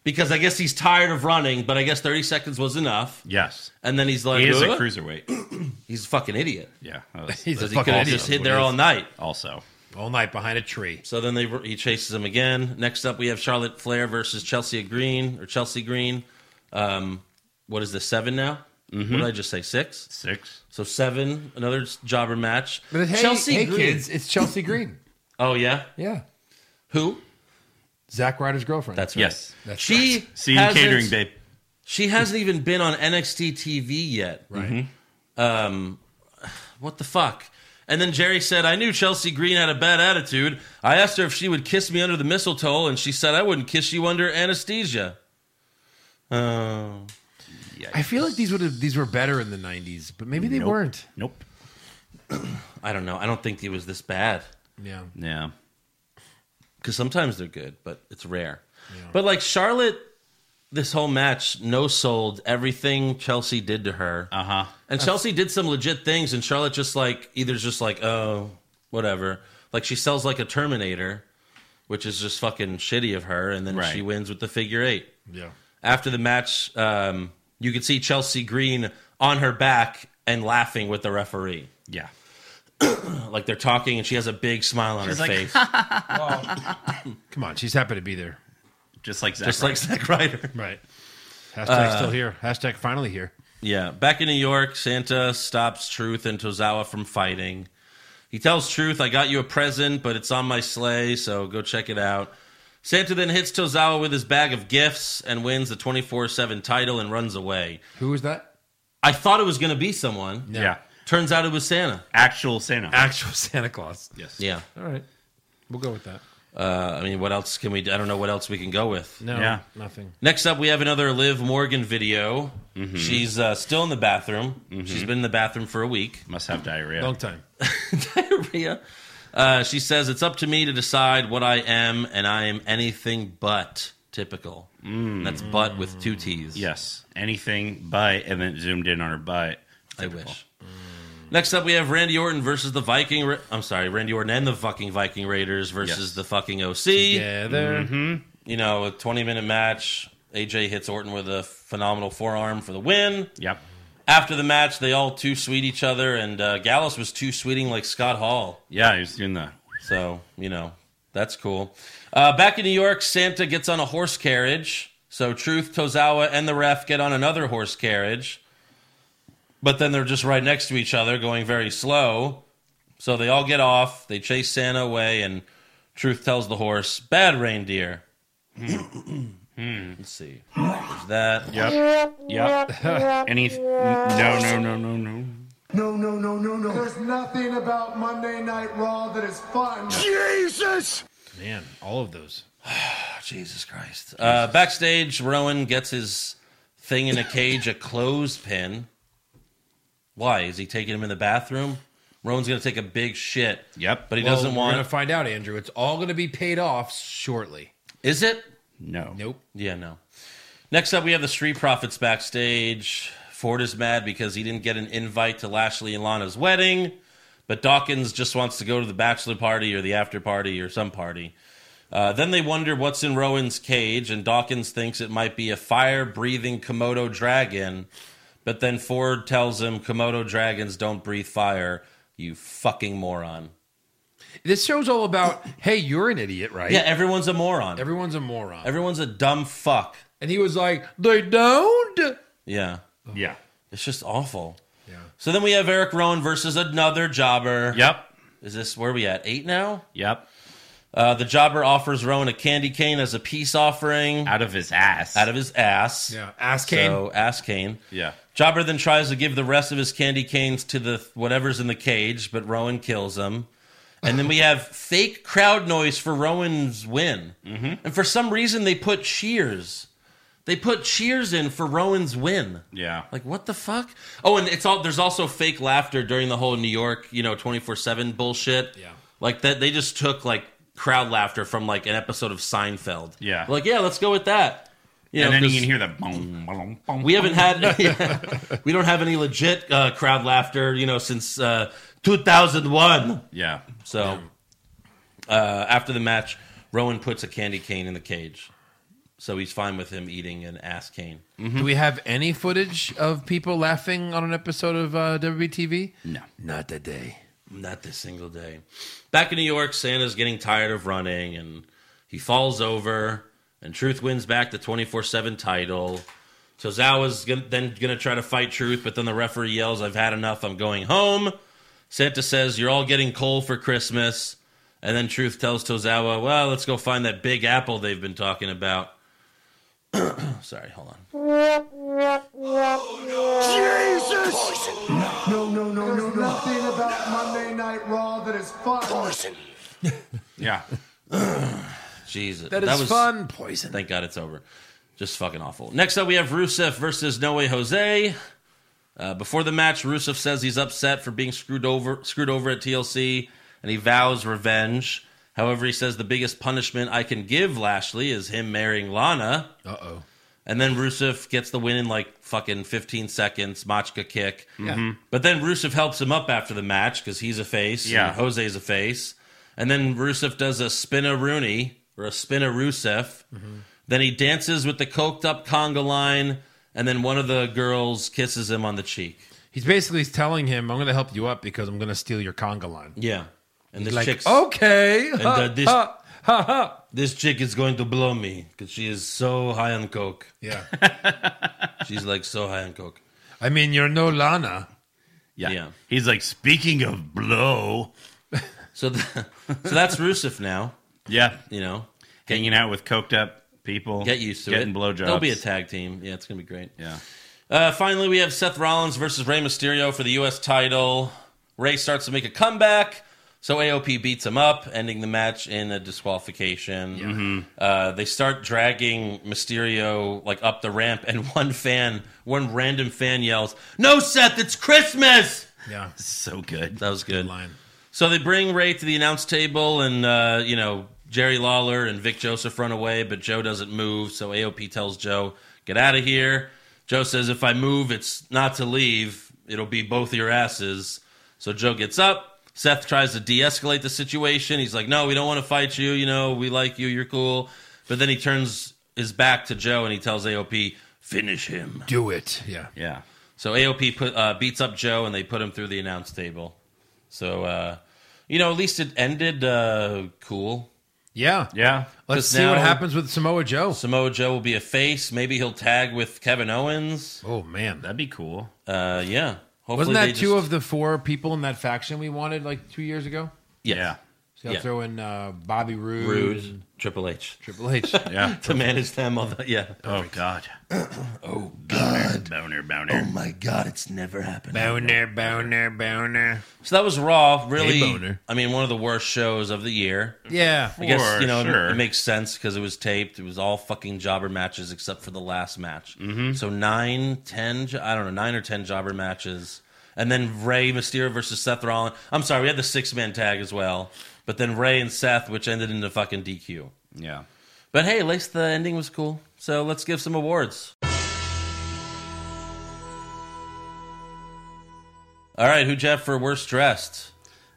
S4: because I guess he's tired of running, but I guess 30 seconds was enough.
S8: Yes.
S4: And then he's like,
S8: He is a
S4: "Huh?"
S8: cruiserweight.
S4: he's a fucking idiot.
S8: Yeah. that was-
S5: He's a
S4: Because he
S5: fucking
S4: could have
S5: idiot.
S4: just hid there all night.
S8: Also.
S5: all night behind a tree.
S4: So then they he chases him again. Next up, we have Charlotte Flair versus Chelsea Green or Chelsea Green. Um, what is this, seven now?
S5: Mm-hmm.
S4: What did I just say, six?
S8: Six.
S4: So seven, another jobber match.
S5: But hey, Chelsea hey kids, it's Chelsea Green.
S4: Oh yeah,
S5: Yeah,
S4: who?
S5: Zack Ryder's girlfriend.
S4: That's right.
S8: Yes.
S5: That's
S4: she
S5: right.
S8: See you in
S4: hasn't-
S8: catering, babe.
S4: She hasn't even been on NXT TV yet. Right.
S5: Mm-hmm.
S4: Um, what the fuck? And then Jerry said, I knew Chelsea Green had a bad attitude. I asked her if she would kiss me under the mistletoe, and she said, I wouldn't kiss you under anesthesia. Oh.
S6: I feel like these would have these were better in the '90s, but maybe they
S8: Nope.
S6: weren't.
S8: Nope.
S4: I don't know. I don't think it was this bad.
S6: Yeah,
S8: Yeah.
S4: because sometimes they're good, but it's rare. But like Charlotte, this whole match no sold everything Chelsea did to her,
S8: Uh huh.
S4: and Chelsea did some legit things, and Charlotte just like either just like oh whatever, like she sells like a Terminator, which is just fucking shitty of her, and then
S8: Right.
S4: she wins with the figure eight.
S6: yeah.
S4: After the match, um, you could see Chelsea Green on her back and laughing with the referee.
S8: Yeah.
S4: Like they're talking, and she has a big smile on
S8: She's
S4: her
S8: like,
S4: face,
S6: Come on, she's happy to be there.
S8: Just like Zach.
S4: just like Zack Ryder.
S6: Right. Hashtag still here. Hashtag finally here.
S4: Yeah, back in New York, Santa stops Truth and Tozawa from fighting. He tells Truth, I got you a present, but it's on my sleigh, so go check it out. Santa then hits Tozawa with his bag of gifts and wins the 24 7 title and runs away.
S6: Who was that?
S4: I thought it was going to be someone.
S8: yeah.
S4: Turns out it was Santa.
S8: Actual Santa.
S6: Actual Santa Claus.
S8: yes.
S4: Yeah.
S6: All right. We'll go with that.
S4: Uh, I mean, what else can we I don't know what else we can go with.
S6: No,
S8: Yeah.
S6: nothing.
S4: Next up, we have another Liv Morgan video. She's uh, still in the bathroom. She's been in the bathroom for a week.
S8: Must have diarrhea.
S6: Long time.
S4: diarrhea. Uh, she says, It's up to me to decide what I am, and I am anything but typical. That's but with two T's.
S8: Yes. Anything but, and then zoomed in on her butt.
S4: I wish. Next up, we have Randy Orton versus the Viking. Ra- I'm sorry, Randy Orton and the fucking Viking Raiders versus
S8: Yes.
S4: the fucking OC.
S6: Yeah, there.
S4: You know, a 20 minute match. AJ hits Orton with a phenomenal forearm for the win.
S8: Yep.
S4: After the match, they all too sweet each other, and uh, Gallus was too sweeting like Scott Hall.
S8: Yeah, he was doing the.
S4: So, you know, that's cool. Uh, back in New York, Santa gets on a horse carriage. So, Truth, Tozawa, and the ref get on another horse carriage. But then they're just right next to each other, going very slow. So they all get off. They chase Santa away, and Truth tells the horse, Bad reindeer. Hmm. Let's see. There's that.
S8: Yep. Yep. Any. No, no, no, no, no.
S9: No, no, no, no, no. There's nothing about Monday Night Raw that is fun.
S6: Man, all of those.
S4: Jesus Christ. Uh, backstage, Rowan gets his thing in a cage, a clothespin. Why? Is he taking him in the bathroom? Rowan's going to take a big shit.
S8: Yep.
S4: But he
S6: Well,
S4: doesn't
S6: We're
S4: want.
S6: gonna find out, Andrew. It's all gonna be paid off shortly.
S4: Is it?
S8: No.
S6: Nope.
S4: Yeah, no. Next up, we have the Street Profits backstage. Ford is mad because he didn't get an invite to Lashley and Lana's wedding, but Dawkins just wants to go to the bachelor party or the after party or some party. Uh, then they wonder what's in Rowan's cage, and Dawkins thinks it might be a fire breathing Komodo dragon. But then Ford tells him Komodo dragons don't breathe fire, you fucking moron.
S6: This show's all about. hey, you're an idiot, right?
S4: Yeah, everyone's a moron.
S6: Everyone's a moron.
S4: Everyone's a dumb fuck.
S6: and he was like, they don't.
S4: Yeah.
S8: Yeah.
S4: It's just awful. Yeah. So then we have Eric Rowan versus another jobber.
S8: Yep.
S4: Is this where we at? Eight now?
S8: Yep.
S4: Uh, the jobber offers Rowan a candy cane as a peace offering
S8: Out of his ass.
S4: out of his ass.
S6: Yeah, ass cane.
S4: So ass cane.
S8: Yeah.
S4: Jobber then tries to give the rest of his candy canes to the whatever's in the cage, but Rowan kills him. And then we have fake crowd noise for Rowan's win. Mm-hmm. And for some reason, they put cheers. They put cheers in for Rowan's win.
S8: Yeah.
S4: Like what the fuck? Oh, and it's all there's also fake laughter during the whole New York, you know, twenty four seven bullshit.
S6: Yeah.
S4: Like that they just took like crowd laughter from like an episode of Seinfeld.
S8: Yeah.
S4: Like, yeah, let's go with that. You
S8: and
S4: know,
S8: then you
S4: 'cause
S8: can hear the boom, boom, boom.
S4: we haven't had yeah. we don't have any legit uh, crowd laughter, you know, since uh, two thousand one.
S8: Yeah.
S4: So uh, after the match, Rowan puts a candy cane in the cage. So he's fine with him eating an ass cane.
S6: Do we have any footage of people laughing on an episode of uh, WBTV?
S8: No.
S6: Not today.
S4: Not this single day. Back in New York, Santa's getting tired of running and he falls over, and Truth wins back the 24 7 title. Tozawa's gonna, then going to try to fight Truth, but then the referee yells, I've had enough, I'm going home. Santa says, You're all getting coal for Christmas. And then Truth tells Tozawa, Well, let's go find that big apple they've been talking about. Sorry, hold on.
S9: No, no, no, There's no, no. nothing about Monday Night Raw that is fun.
S8: Yeah.
S4: Jesus.
S5: That is
S4: was,
S5: fun. Poison.
S4: Thank God it's over. Just fucking awful. Next up, we have Rusev versus No Way Jose. Uh, before the match, Rusev says he's upset for being screwed over, screwed over at TLC, and he vows revenge. However, he says the biggest punishment I can give Lashley is him marrying Lana.
S5: Uh oh.
S4: And then Rusev gets the win in like fucking 15 seconds, Machka kick.
S5: Yeah.
S4: But then Rusev helps him up after the match because he's a face.
S8: Yeah.
S4: And Jose's a face. And then Rusev does a spin a Rooney or a spin a Rusev. Then he dances with the coked up conga line. And then one of the girls kisses him on the cheek.
S5: He's basically telling him, "I'm going to help you up because I'm going to steal your conga line."
S4: Yeah. And this
S5: Like, oh!
S4: chick's.
S5: okay.
S4: And uh, this, this chick is going to blow me because she is so high on coke.
S5: Yeah.
S4: She's like so high on coke.
S5: I mean, you're no Lana.
S8: Yeah.
S4: Yeah.
S8: He's like, speaking of blow.
S4: So, th- so that's Rusev now,
S8: Yeah.
S4: you know.
S8: Hanging out with coked up people.
S4: Get used to
S8: getting
S4: it.
S8: blowjobs.
S4: They'll be a tag team. Yeah, it's gonna be great.
S8: Yeah.
S4: Uh, finally, we have Seth Rollins versus Rey Mysterio for the U.S. title. Rey starts to make a comeback, so AOP beats him up, ending the match in a disqualification. Uh, they start dragging Mysterio like up the ramp, and one fan, one random fan yells, "No, Seth, it's Christmas!"
S5: Yeah.
S8: So good.
S4: That was good.
S5: Line.
S4: So they bring Ray to the announce table, and uh, you know Jerry Lawler and Vic Joseph run away, but Joe doesn't move. So AOP tells Joe, "Get out of here." Joe says, "If I move, it's not to leave. It'll be both of your asses." So Joe gets up. Seth tries to de-escalate the situation. He's like, "No, we don't want to fight you. You know, we like you. You're cool." But then he turns his back to Joe and he tells AOP, "Finish him."
S5: Do it. Yeah.
S8: Yeah.
S4: So AOP put, uh, beats up Joe and they put him through the announce table. So, uh, you know, at least it ended uh, cool.
S5: Yeah.
S8: Yeah.
S4: 'Cause
S5: Let's see what
S4: now-
S5: happens with Samoa Joe.
S4: Samoa Joe will be a face. Maybe he'll tag with Kevin Owens.
S5: Oh man.
S8: That'd be cool.
S4: Uh, yeah. Hopefully
S5: Wasn't that
S4: they
S5: two
S4: just-
S5: of the four people in that faction we wanted like two years ago?
S8: Yeah.
S5: So I'll
S4: Yeah.
S5: throw in uh, Bobby Roode,
S4: Rude,
S5: and
S4: Triple H
S5: Triple H.
S8: Yeah.
S4: to manage them. All the, yeah.
S8: Oh God. oh God. Boner, boner.
S4: Oh my God, it's never happened.
S5: boner, boner, boner.
S4: So that was Raw. Really,
S5: Hey, boner.
S4: I mean, one of the worst shows of the year.
S5: Yeah.
S4: I guess
S8: For
S4: you know it-
S8: sure.
S4: it, makes sense because it was taped. It was all fucking jobber matches except for the last match. So nine, ten, jo- I don't know, nine or ten jobber matches, and then Ray Mysterio versus Seth Rollins. I'm sorry, we had the six man tag as well, but then Ray and Seth, which ended in a fucking DQ.
S8: Yeah.
S4: But hey, at least the ending was cool. So let's give some awards. All right, who Jeff for worst dressed?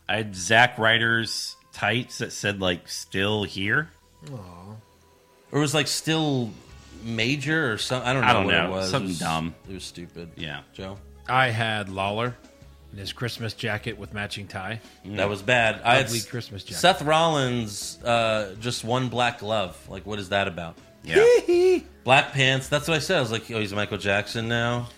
S8: I had Zack Ryder's tights that said like "still here."
S4: Or it was like still major or something. I don't know
S8: I don't
S4: what it
S8: know.
S4: was.
S8: Something
S4: It was-
S8: dumb.
S4: It was stupid.
S8: Yeah.
S4: Joe.
S5: I had Lawler in his Christmas jacket with matching tie.
S8: Mm.
S4: That was bad. I had
S5: Ugly
S4: S-
S5: Christmas jacket.
S4: Seth Rollins, uh, just one black glove. Like, what is that about?
S8: Yeah.
S4: Black pants. That's what I said. I was like, oh, he's Michael Jackson now.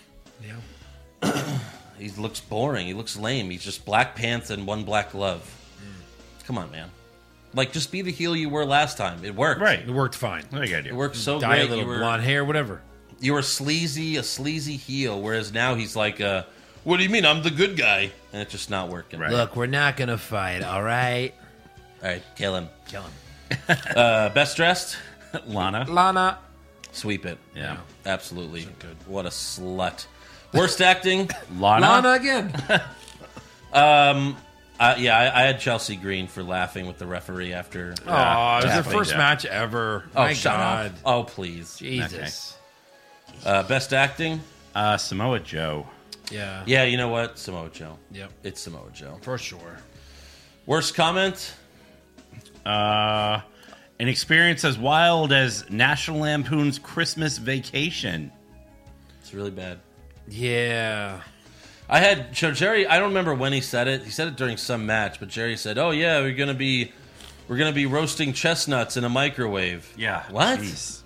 S5: Yeah.
S4: He looks boring. He looks lame. He's just black pants and one black glove.
S5: Mm.
S4: Come on, man. Like, just be the heel you were last time. It worked.
S8: right.
S5: It worked fine.
S8: What do I gotta
S4: It
S8: do?
S4: worked so
S5: Dye a
S4: great.
S5: little
S4: you were,
S5: blonde hair, whatever.
S4: you were sleazy, a sleazy heel, whereas now he's like, uh, what do you mean? I'm the good guy. And it's just not working.
S8: Right.
S5: Look, we're not gonna fight, all right?
S4: All right, kill him.
S5: Kill him.
S4: Uh, best dressed?
S8: Lana.
S5: Lana.
S4: Sweep it.
S8: Yeah.
S4: Absolutely. What a slut. Worst acting?
S8: Lana.
S5: Lana again.
S4: Uh, yeah, I, I had Chelsea Green for laughing with the referee after.
S5: Oh, it was
S8: Yeah.
S5: the first
S8: Yeah.
S5: match ever. My God.
S4: Oh, please.
S5: Jesus.
S4: Uh, best acting?
S8: Uh, Samoa Joe.
S5: Yeah.
S4: Yeah, you know what? Samoa Joe.
S5: Yep.
S4: It's Samoa Joe.
S5: For sure.
S4: Worst comment?
S8: Uh, an experience as wild as National Lampoon's Christmas Vacation.
S4: It's really bad.
S5: Yeah.
S4: I had so Jerry. I don't remember when he said it. He said it during some match, but Jerry said, "Oh yeah, we're gonna be, we're gonna be roasting chestnuts in a microwave." What?
S8: Jeez.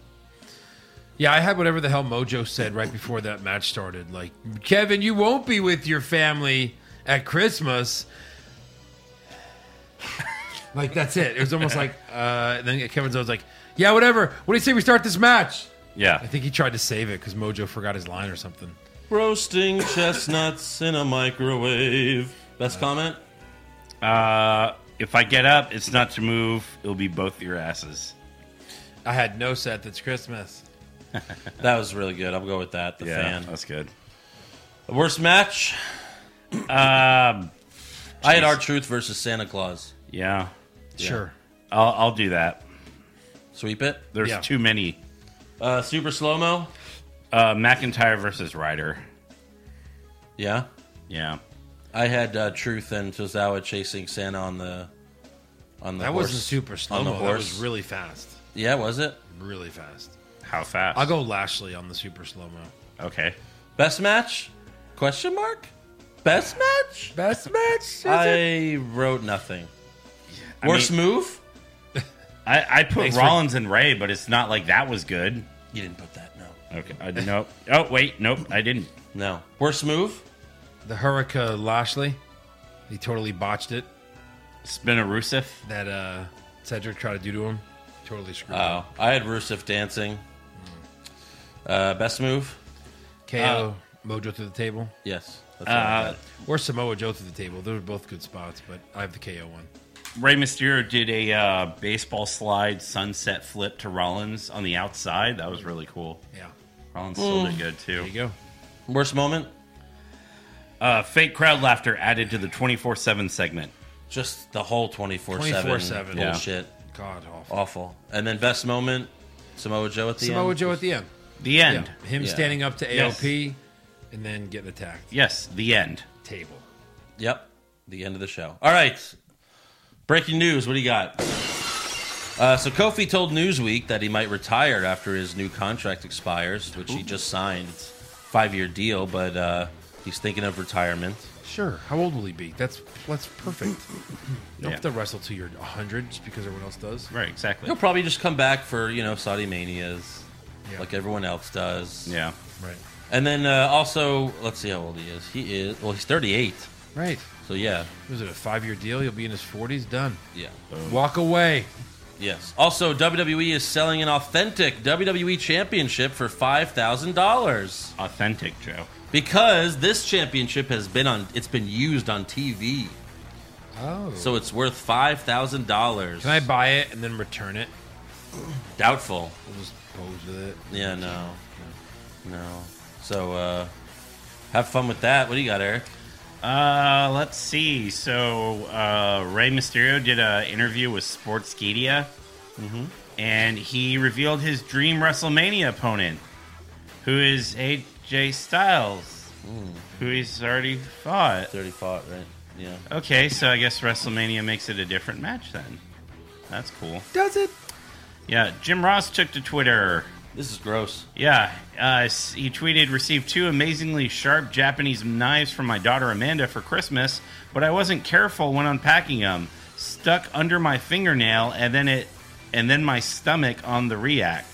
S5: Yeah, I had whatever the hell Mojo said right before that match started. Like, Kevin, you won't be with your family at Christmas. like, that's it. It was almost like, uh, and then Kevin's always like, yeah, whatever. What do you say we start this match?
S8: Yeah.
S5: I think he tried to save it because Mojo forgot his line or something.
S4: Roasting chestnuts in a microwave. Best comment?
S8: Uh, if I get up, it's not to move. It'll be both your asses.
S5: I had no set. That's Christmas.
S4: That was really good. I'll go with that. The fan.
S8: that's good.
S5: Uh,
S4: Worst match?
S8: Um,
S4: I had our truth versus Santa Claus.
S8: yeah,
S5: Sure.
S8: I'll, I'll do that.
S4: Sweep it.
S8: There's
S5: Yeah.
S8: too many.
S4: Uh, super slow mo.
S8: Uh, McIntyre versus Ryder.
S4: Yeah.
S8: Yeah,
S4: I had uh, Truth and Tozawa chasing Santa on the on the
S5: That
S4: horse.
S5: wasn't super slow.
S4: on the
S5: That was
S4: horse.
S5: really fast.
S4: Yeah, was it?
S5: Really fast.
S8: how fast?
S5: I'll go Lashley on the super slow mo.
S8: Okay.
S4: Best match? Question mark? Best match?
S5: Best match.
S4: I wrote nothing.
S8: I
S4: Worst
S8: mean-
S4: move?
S8: I, I put
S5: for-
S8: Rollins and Ray, but it's not like that was good.
S4: You didn't put that. No.
S8: Okay. I, nope. Oh wait, nope. I didn't.
S4: No. Worst move?
S5: The Hurricane Lashley. He totally botched it.
S8: Spin a Rusev.
S5: That uh Cedric tried to do to him. Totally screwed. up.
S4: Oh, I had Rusev dancing. Uh, best move? Oh.
S5: KO Mojo through the table
S4: Yes. That's all I
S8: Uh,
S4: had.
S5: or Samoa Joe through the table. Those are both good spots, but I have the KO one.
S8: Ray Mysterio did a uh, baseball slide sunset flip to Rollins on the outside. That was really cool.
S5: Yeah.
S8: Rollins still did good
S5: Hmm.
S8: too.
S5: There you go.
S4: Worst moment?
S8: Uh, fake crowd laughter added to the twenty four seven segment.
S4: Just the whole 24 7
S5: 24/7, yeah.
S4: bullshit.
S5: God awful.
S4: Awful. And then best moment? Samoa Joe at the
S5: Samoa
S4: end.
S5: Joe at the end.
S8: The end.
S5: Yeah. Him
S4: Yeah.
S5: standing up to
S8: Yes.
S5: AOP and then getting attacked.
S8: Yes, the end.
S5: Table.
S4: Yep. The end of the show. All right. Breaking news. What do you got? Uh, so Kofi told Newsweek that he might retire after his new contract expires, which he just signed, five year deal. But uh, he's thinking of retirement.
S5: Sure. How old will he be? That's that's perfect. You don't
S8: Yeah.
S5: have to wrestle till you're 100 just because everyone else does.
S8: Right. Exactly.
S4: He'll probably just come back for you know Saudi manias,
S5: Yeah.
S4: like everyone else does.
S8: Yeah.
S5: Right.
S4: And then uh, also, let's see how old he is. He is well, he's thirty eight.
S5: Right.
S4: So yeah,
S5: Was it a five year deal? He'll be in his 40s. Done.
S4: yeah.
S5: Walk away.
S4: Yes. Also, WWE is selling an authentic WWE Championship for five thousand dollars.
S8: Authentic Joe.
S4: because this championship has been on it's been used on tv
S5: Oh.
S4: so it's worth $5000
S5: Can I buy it and then return it?
S4: doubtful
S5: We'll just pose with it.
S4: yeah no no so uh have fun with that what do you got eric
S8: Uh, let's see. So uh, Ray Mysterio did an interview with Sportskeeda, Mm-hmm. and he revealed his dream WrestleMania opponent, who is AJ Styles, who he's already fought.
S4: 30 fought right yeah
S8: Okay, so I guess WrestleMania makes it a different match then. That's cool. Does it? Yeah. Jim Ross took to Twitter.
S4: this is gross
S8: Yeah, uh, s- he tweeted, received two amazingly sharp Japanese knives from my daughter Amanda for Christmas, but I wasn't careful when unpacking them. Stuck under my fingernail, and then it, and then my stomach on the react.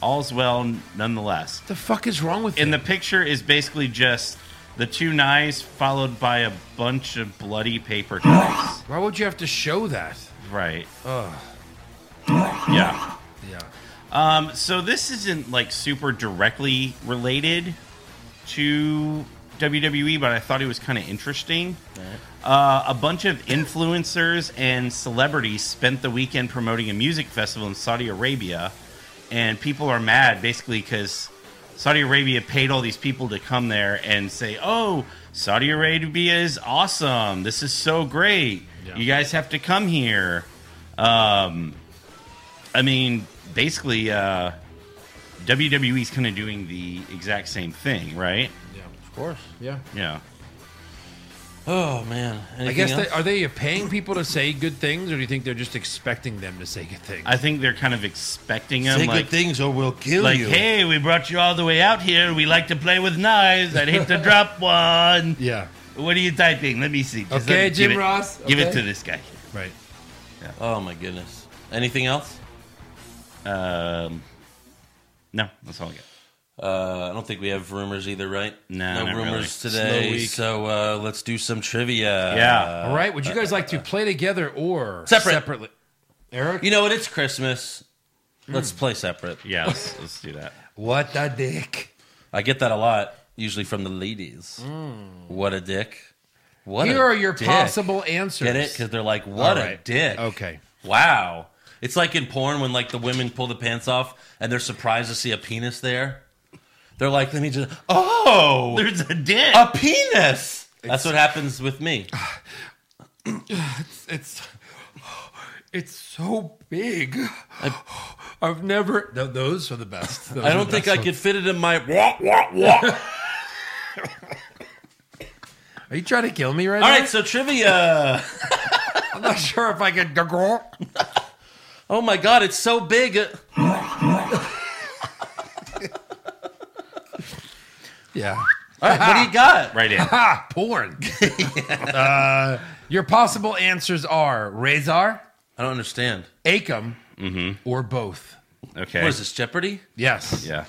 S8: All's well, n- nonetheless.
S5: The fuck is wrong with
S8: And
S5: him?
S8: the picture is basically just the two knives followed by a bunch of bloody paper knives.
S5: Why would you have to show that?
S8: right.
S5: Ugh.
S8: Yeah.
S5: Yeah.
S8: Um, so this isn't like super directly related to WWE, but I thought it was kind of interesting. Uh, a bunch of influencers and celebrities spent the weekend promoting a music festival in Saudi Arabia, and people are mad basically because Saudi Arabia paid all these people to come there and say, "Oh, Saudi Arabia is awesome. This is so great.
S5: Yeah.
S8: You guys have to come here." Um, I mean, basically, uh, WWE's kind of doing the exact same thing, right?
S5: Yeah. Of course. Yeah.
S8: Yeah.
S4: oh man
S5: I guess
S4: else?
S5: they, are they paying people to say good things, or do you think they're just expecting them to say good things?
S8: I think they're kind of expecting them,
S4: say
S8: like,
S4: good things or we'll kill
S8: like,
S4: you
S8: hey, we brought you all the way out here. We like to play with knives. I'd hate to drop one.
S5: yeah.
S8: What are you typing? Let me see. Just
S5: Okay,
S8: let me-
S5: Jim
S8: give it-
S5: Ross,
S8: Give it
S5: okay.
S8: to this guy.
S5: Right.
S4: oh my goodness anything else
S8: Um, no, that's all I got.
S4: uh, I don't think we have rumors either, right?
S8: No,
S4: no
S8: not
S4: rumors
S8: really.
S4: today.
S5: Slow week.
S4: So uh, let's do some trivia.
S8: Yeah.
S5: All right. Would you guys like to play together or
S4: Separate.
S5: separately? Eric.
S4: You know what? It's Christmas.
S5: Hmm.
S4: Let's play separate.
S8: Yeah, let's, let's do that.
S5: What a dick.
S4: I get that a lot, usually from the ladies. What a dick. What
S5: Hmm. Here
S4: a
S5: are your
S4: dick.
S5: possible answers.
S4: Get it? Because they're like, what
S5: All
S4: a
S5: right.
S4: dick.
S5: Okay.
S4: Wow. It's like in porn when like the women pull the pants off and they're surprised to see a penis there. They're like, let me just oh,
S8: There's a dick.
S4: a penis. That's what happens with me.
S5: It's it's so big. I've never. No, those are the best. Those
S4: I
S5: are
S4: don't
S5: the
S4: think
S5: best
S4: I could fit it in my wah wah wah.
S5: ones. Are you trying to kill me right
S4: All
S5: now?
S4: right, so trivia.
S5: I'm not sure if I can.
S4: Oh my god, it's so big.
S5: Yeah.
S4: What do you got?
S8: right in.
S5: Ah, porn. uh, your possible answers are Razor,
S4: I don't understand.
S5: Acom,
S4: Mm-hmm.
S5: or both.
S8: Okay.
S4: What is this Jeopardy?
S5: Yes.
S8: Yeah.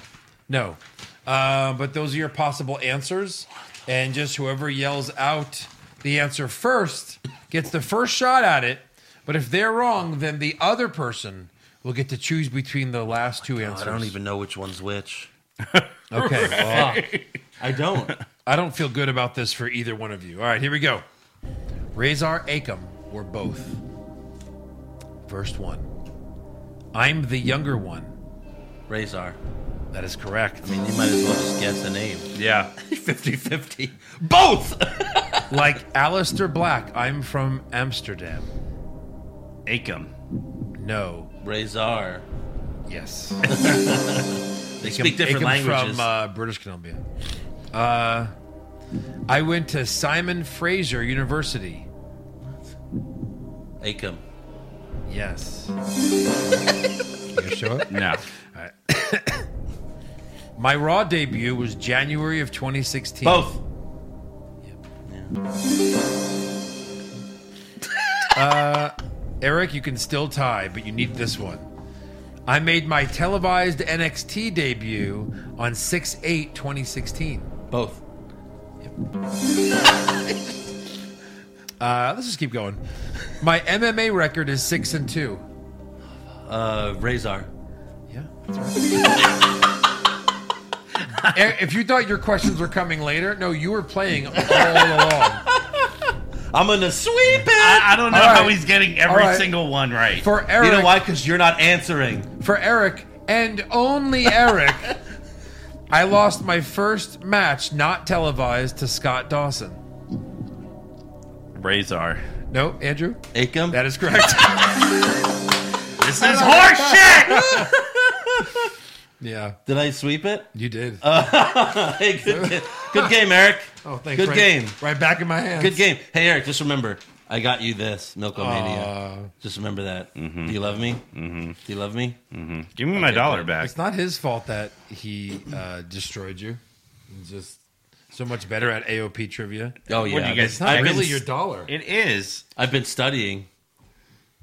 S5: No. Uh, but those are your possible answers. And just whoever yells out the answer first gets the first shot at it. But if they're wrong, then the other person will get to choose between the last two answers.
S4: I don't even know which one's which.
S5: Okay. well,
S4: I don't.
S5: I don't feel good about this for either one of you. All right, here we go. Razor Akam or both. First one. I'm the younger one.
S4: Razor.
S5: That is correct.
S4: I mean, you might as well just guess the name.
S8: Yeah.
S4: 50 50. Both!
S5: Like Alistair Black, I'm from Amsterdam.
S8: Acom.
S5: No.
S4: Razor.
S5: Yes.
S4: They speak different
S5: Akam
S4: languages.
S5: From uh, British Columbia. Uh, I went to Simon Fraser University.
S4: Acom.
S5: Yes. you sure?
S8: No.
S5: My Raw debut was January of 2016.
S4: Both.
S5: Eric, you can still tie, but you need this one. I made my televised NXT debut on 6 8 2016.
S4: Both.
S5: Uh, let's just keep going. My MMA record is 6 and 2.
S4: Uh, Razor.
S5: Yeah, that's right. Eh, if you thought your questions were coming later, no, you were playing all along.
S4: I'm gonna sweep it!
S8: I, I don't know
S5: All
S8: how
S5: right.
S8: he's getting every
S5: All right.
S8: single one right.
S5: For Eric,
S4: You know why? Because you're not answering.
S5: for Eric and only Eric, I lost my first match not televised to Scott Dawson.
S8: Razor.
S5: No, Andrew?
S4: Acom?
S5: That is correct.
S8: This is horseshit.
S5: yeah,
S4: Did I sweep it?
S5: you did.
S4: Uh, Hey, good, ga- good game, Eric.
S5: oh, thanks.
S4: good
S5: right,
S4: game.
S5: Right back in my hands. Uh,
S4: Good game. Hey, Eric, just remember, I got you this, Milkomania. just remember that. Do you love me? Mm-hmm. Do you love me?
S8: Give me my dollar back.
S5: It's not his fault that he uh, destroyed you. He's just so much better at AOP trivia.
S4: Oh, yeah.
S8: What do you
S4: I've
S8: guys
S4: been-
S5: Not
S8: I've been
S5: really
S8: s-
S5: your dollar.
S8: It is
S4: I've been studying.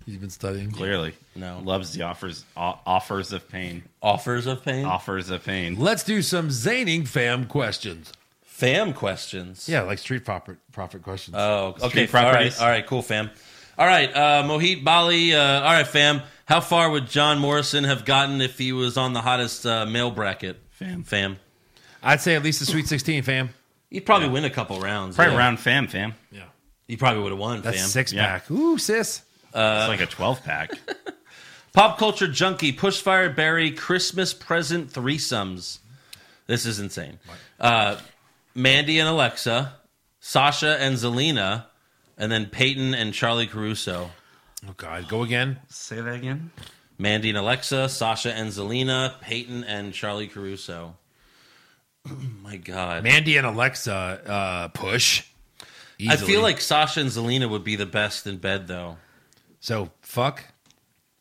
S5: He's been studying.
S8: clearly
S4: No.
S8: loves the offers o- offers of pain
S4: Offers of pain?
S8: offers of pain.
S5: Let's do some zaning fam questions.
S4: Fam questions.
S5: Yeah, like street profit profit questions.
S4: Oh, okay.
S8: Street
S4: All
S8: properties.
S4: right. All right. Cool, fam. All right. Uh, Mohit Bali. Uh, all right, fam. How far would John Morrison have gotten if he was on the hottest uh, male bracket?
S8: Fam.
S4: Fam.
S5: I'd say at least the Sweet 16, fam.
S4: He'd probably win a couple rounds.
S8: Probably
S4: yeah.
S8: round fam fam.
S5: Yeah.
S4: He probably would have won,
S5: That's
S4: fam.
S5: six
S8: Yeah.
S5: pack. Ooh, sis.
S8: It's like a twelve pack.
S4: Pop culture junkie, push fire berry, Christmas present threesomes. This is insane. Uh, Mandy and Alexa, Sasha and Zelina, and then Peyton and Charlie Caruso.
S5: Oh God, go again.
S8: Say that again.
S4: Mandy and Alexa, Sasha and Zelina, Peyton and Charlie Caruso. My God.
S5: Mandy and Alexa uh, push.
S4: I
S5: Easily.
S4: feel like Sasha and Zelina would be the best in bed, though.
S5: so. Fuck.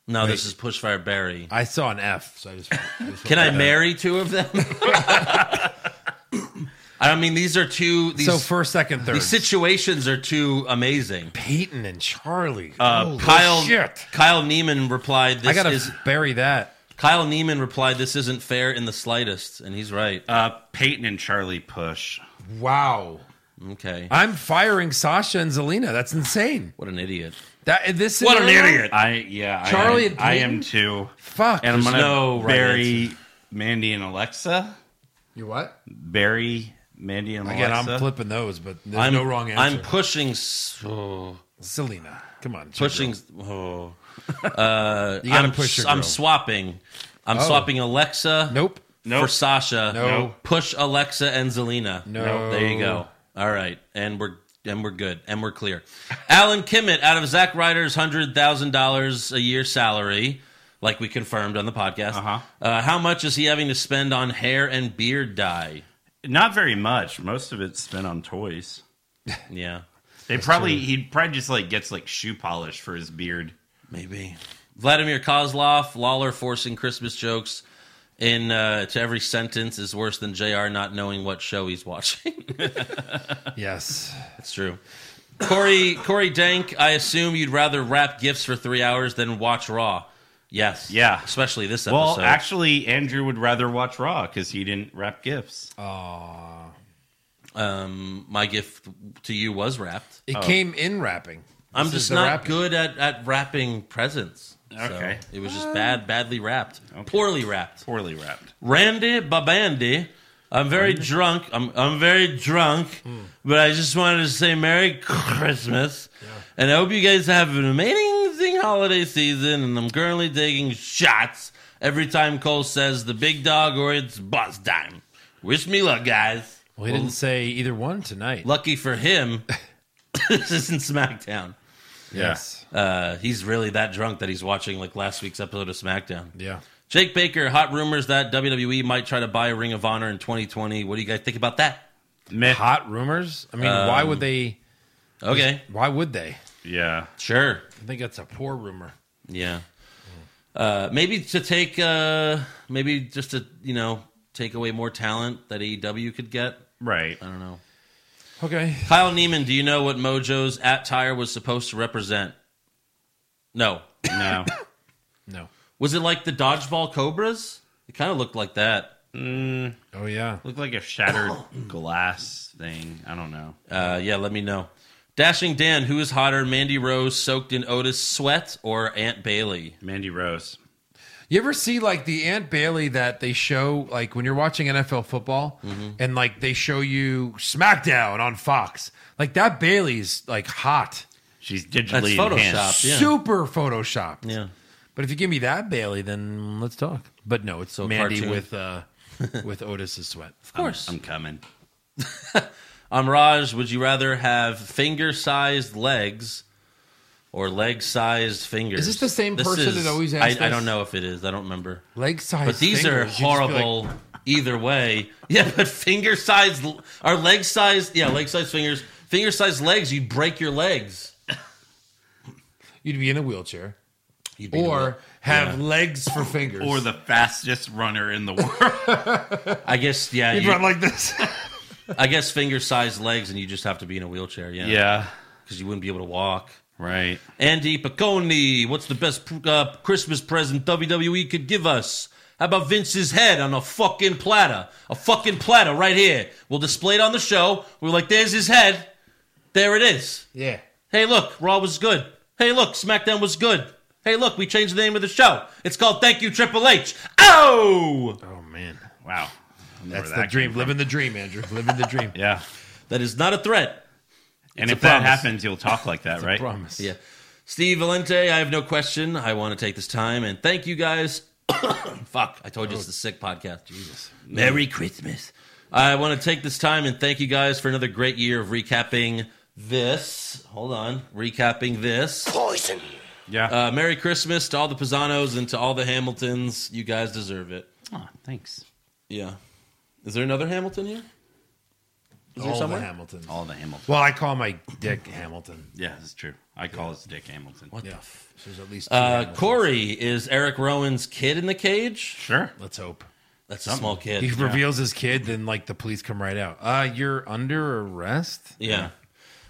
S4: No, this is Push Fire Barry.
S5: I saw an F. So I just.
S4: Can I marry two of them? I mean, these are two. These,
S5: so first, second, third.
S4: these situations are too amazing.
S5: Peyton and Charlie.
S4: Uh,
S5: Holy
S4: Kyle
S5: Shit.
S4: Kyle Neiman replied. This
S5: I gotta
S4: is
S5: bury that.
S4: Kyle Neiman replied. This isn't fair in the slightest, and he's right.
S8: Uh, Peyton and Charlie push.
S5: Wow.
S4: Okay,
S5: I'm firing Sasha and Zelina. That's insane.
S4: what an idiot.
S5: That this
S4: What an
S5: scenario-
S4: idiot.
S8: I yeah. I-
S5: Charlie and
S8: I, I am
S5: Peyton?
S8: too.
S5: Fuck.
S8: And I'm
S4: There's
S8: gonna
S4: no right
S8: bury Mandy and Alexa.
S5: you what?
S8: Bury Mandy and
S5: Again,
S8: Alexa.
S5: I'm flipping those, but there's
S4: I'm
S5: no wrong answer.
S4: I'm pushing. s- Oh,
S5: Selena. Come on,
S4: pushing. Oh. Uh,
S5: gotta
S4: I'm,
S5: push your
S4: I'm
S5: girl. Oh.
S4: swapping. I'm swapping Alexa.
S5: Nope.
S4: For Sasha.
S5: No.
S4: Push Alexa and Zelina.
S5: No.
S4: There you go. All right, and we're and we're good and we're clear. Alan Kimmett out of Zach Ryder's hundred thousand dollars a year salary, like we confirmed on the podcast.
S8: Uh-huh.
S4: Uh, how much is he having to spend on hair and beard dye?
S8: Not very much. Most of it's spent on toys.
S4: Yeah,
S8: They probably he probably just like gets like shoe polish for his beard.
S4: maybe. Vladimir Kozlov, Lawler forcing Christmas jokes in uh, to every sentence is worse than Jr. not knowing what show he's watching.
S5: Yes.
S4: That's true. Corey Corey Dank, I assume you'd rather wrap gifts for three hours than watch Raw. Yes.
S8: Yeah.
S4: Especially this episode.
S8: Well, actually, Andrew would rather watch Raw because he didn't wrap gifts.
S4: um, my gift to you was wrapped.
S5: It came in rapping.
S4: Oh. I'm
S5: This is
S4: just
S5: the
S4: not
S5: wrapping.
S4: good at, at wrapping presents. So
S8: Okay.
S4: it was just bad, badly wrapped, poorly wrapped.
S8: Poorly wrapped.
S4: Randy Babandi, I'm very drunk. I'm I'm very drunk, but I just wanted to say Merry Christmas, and I hope you guys have an amazing holiday season. And I'm currently taking shots every time Cole says the big dog or it's boss time. Wish me luck, guys.
S5: Well, he didn't say either one tonight.
S4: Lucky for him, this isn't SmackDown.
S5: Yes.
S4: Uh, he's really that drunk that he's watching like last week's episode of SmackDown.
S5: Yeah.
S4: Jake Baker, hot rumors that WWE might try to buy Ring of Honor in 2020. What do you guys think about that?
S8: Meh.
S5: Hot rumors. I mean, why
S4: Um,
S5: would they?
S4: Okay,
S5: Why would they?
S8: Yeah.
S4: sure.
S5: I think that's a poor rumor.
S4: Yeah. Uh, maybe to take, uh, maybe just to, you know, take away more talent that AEW could get.
S8: Right.
S4: I don't know.
S5: Okay.
S4: Kyle Neiman, do you know what Mojo's attire was supposed to represent? No.
S8: No.
S5: No.
S4: Was it like the dodgeball cobras? It kind of looked like that.
S5: Oh yeah.
S8: Looked like a shattered glass thing. I don't know.
S4: Uh, yeah, let me know. Dashing Dan, who is hotter, Mandy Rose soaked in Otis sweat or Aunt Bailey?
S8: Mandy Rose.
S5: You ever see like the Aunt Bailey that they show like when you're watching NFL football
S4: Mm-hmm.
S5: and like they show you SmackDown on Fox? Like that Bailey's like hot,
S8: She's
S4: That's
S8: digitally
S4: Photoshop.
S8: enhanced.
S4: Yeah.
S5: super photoshopped.
S4: yeah.
S5: But if you give me that Bailey, then let's talk. But no, it's
S4: So
S5: Mandy
S4: cartoon.
S5: with uh with Otis's sweat.
S4: Of course.
S8: I'm coming.
S4: Amraj, would you rather have finger sized legs or leg sized fingers?
S5: Is this the same person that always
S4: I,
S5: asks
S4: I
S5: this?
S4: don't know if it is. I don't remember.
S5: Leg size.
S4: But these are
S5: fingers, you just feel like-
S4: horrible either way. Yeah, but finger sized or leg sized, yeah, leg sized fingers. Finger sized legs, you'd break your legs.
S5: you'd be in a wheelchair
S4: You'd be-
S5: or have legs for fingers.
S8: Or the fastest runner in the world.
S4: I guess, yeah,
S7: He'd
S4: you-
S7: run like this.
S4: I guess finger sized legs, and you just have to be in a wheelchair, yeah,
S8: yeah.
S4: because you wouldn't be able to walk.
S8: Right.
S4: Andy Piccone, what's the best uh, Christmas present WWE could give us? How about Vince's head on a fucking platter? A fucking platter right here. We'll display it on the show. We're like, there's his head. There it is.
S5: yeah.
S4: Hey, look, Raw was good. Hey, look, SmackDown was good. Hey, look, we changed the name of the show. It's called Thank You Triple H. Oh!
S5: Oh man.
S8: Wow.
S5: That's
S8: that
S5: the
S8: came
S5: dream. Living the dream, Andrew. Living the dream.
S8: Yeah.
S4: That is not a threat.
S8: And
S4: It's
S8: if
S4: a
S8: that
S4: promise.
S8: happens, you'll talk like that, right?
S5: Promise.
S4: Yeah. Steve Valente, I have no question. I want to take this time and thank you guys. Fuck, I told you it's the sick podcast. Jesus. Merry Christmas. I want to take this time and thank you guys for another great year of recapping this. Hold on. Recapping this.
S8: Yeah.
S4: Uh, Merry Christmas to all the Pizzanos and to all the Hamiltons. You guys deserve it.
S8: Aw, thanks.
S4: Yeah. Is there another Hamilton here? Is there
S5: All the
S4: someone?
S5: Hamiltons.
S8: All the Hamilton.
S5: Well, I call my dick Hamilton.
S8: Yeah, that's true. I call us Dick Hamilton.
S5: Yeah. So there's at least two
S4: uh,
S5: Hamiltons.
S4: Corey is Eric Rowan's kid in the cage.
S8: Sure.
S5: Let's hope.
S4: That's a small kid.
S5: He reveals his kid, then like the police come right out. Uh, you're under arrest.
S4: Yeah.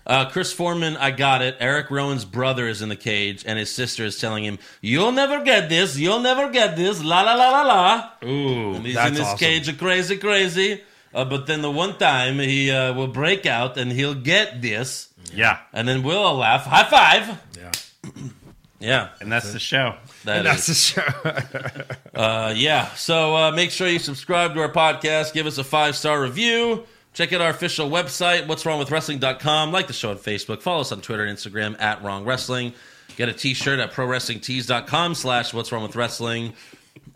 S4: Uh, Chris Foreman, I got it. Eric Rowan's brother is in the cage, and his sister is telling him, "You'll never get this. You'll never get this." La la la la la.
S8: Ooh.
S4: And he's
S5: that's
S4: in this
S5: awesome.
S4: cage, crazy, crazy. Uh, but then the one time he uh, will break out, and he'll get this,
S8: Yeah.
S4: and then we'll all laugh. High five.
S5: Yeah.
S4: Yeah.
S8: And that's the show.
S4: That
S6: That's
S4: is,
S6: the show.
S4: uh, yeah. So uh, make sure you subscribe to our podcast. Give us a five star review. Check out our official website, what's wrong with wrestling.com. Like the show on Facebook. Follow us on Twitter and Instagram at wrong wrestling. Get a t shirt at pro wrestling tees.com slash what's wrong with wrestling.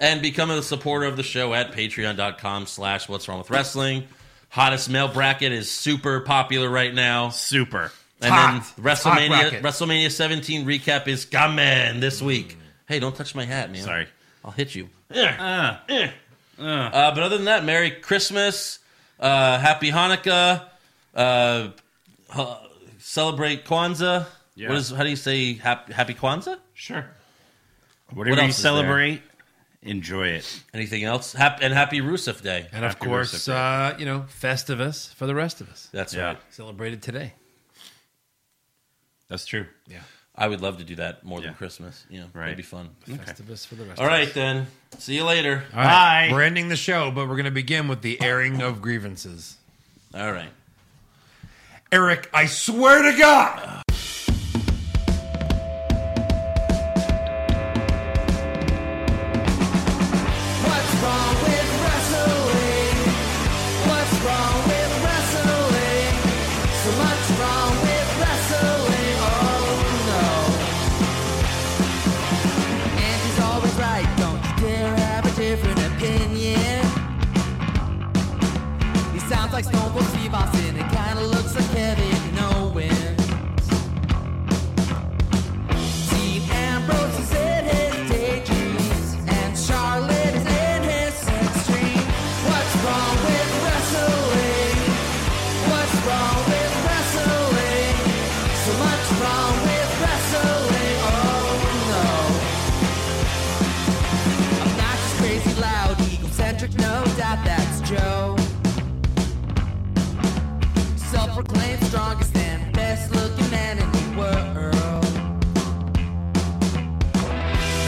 S4: And become a supporter of the show at patreon.com slash what's wrong with wrestling. Hottest male bracket is super popular right now.
S8: Super.
S4: And
S6: Hot.
S4: then
S6: It's hot
S4: WrestleMania
S6: bracket. Mm.
S4: WrestleMania 17 recap is coming this week. Hey, don't touch my hat, man.
S8: Sorry.
S4: I'll hit you. Uh, but other than that, Merry Christmas, uh, Happy Hanukkah, uh, hu- celebrate Kwanzaa.
S8: Yeah.
S4: What is? How do you say happy, happy Kwanzaa?
S8: Sure. Whatever
S4: else
S8: you
S4: is there?
S8: celebrate, enjoy it.
S4: Anything else? Hap- and Happy Rusev Day.
S6: And of
S8: Happy
S6: course,
S8: birthday.
S6: uh, you know, Festivus for the rest of us.
S4: That's
S8: Yeah.
S4: right.
S6: Celebrated today.
S8: That's true.
S4: I would love to do that more
S8: Yeah.
S4: than Christmas. You know,
S8: Right.
S4: it'd be fun.
S6: Festivus for the rest
S4: All
S6: of
S4: right then. See you later.
S8: Uh,
S6: us. All right.
S8: Bye.
S6: We're ending the show, but we're going to begin with the airing of grievances.
S4: All right.
S6: Eric, I swear to God.
S1: What's wrong with wrestling? What's wrong with wrestling? So much wrong with wrestling. Oh no. And she's always right. Don't you dare have a different opinion. He sounds like Stone Cold Steve Austin. It kinda looks like Kevin Owens. Dean Ambrose is in his daydreams, and Charlotte is in his sex dream. What's wrong with wrestling? What's wrong with wrestling? So much wrong with wrestling. Oh no. I'm not just crazy, loud, egocentric, no doubt that's Joe. Self-proclaimed strongest and best-looking man in the world.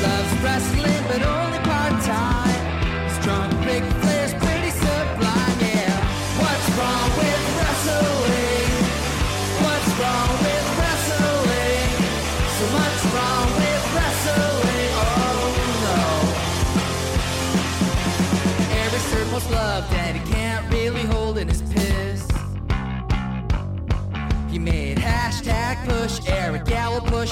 S1: Loves wrestling, but only part time. His drunk big flair's pretty sublime, yeah. What's wrong with wrestling? What's wrong with wrestling? So much wrong with wrestling, oh no. Every circle's love that he can't really hold in his piss. He made hashtag push Eric Gallo push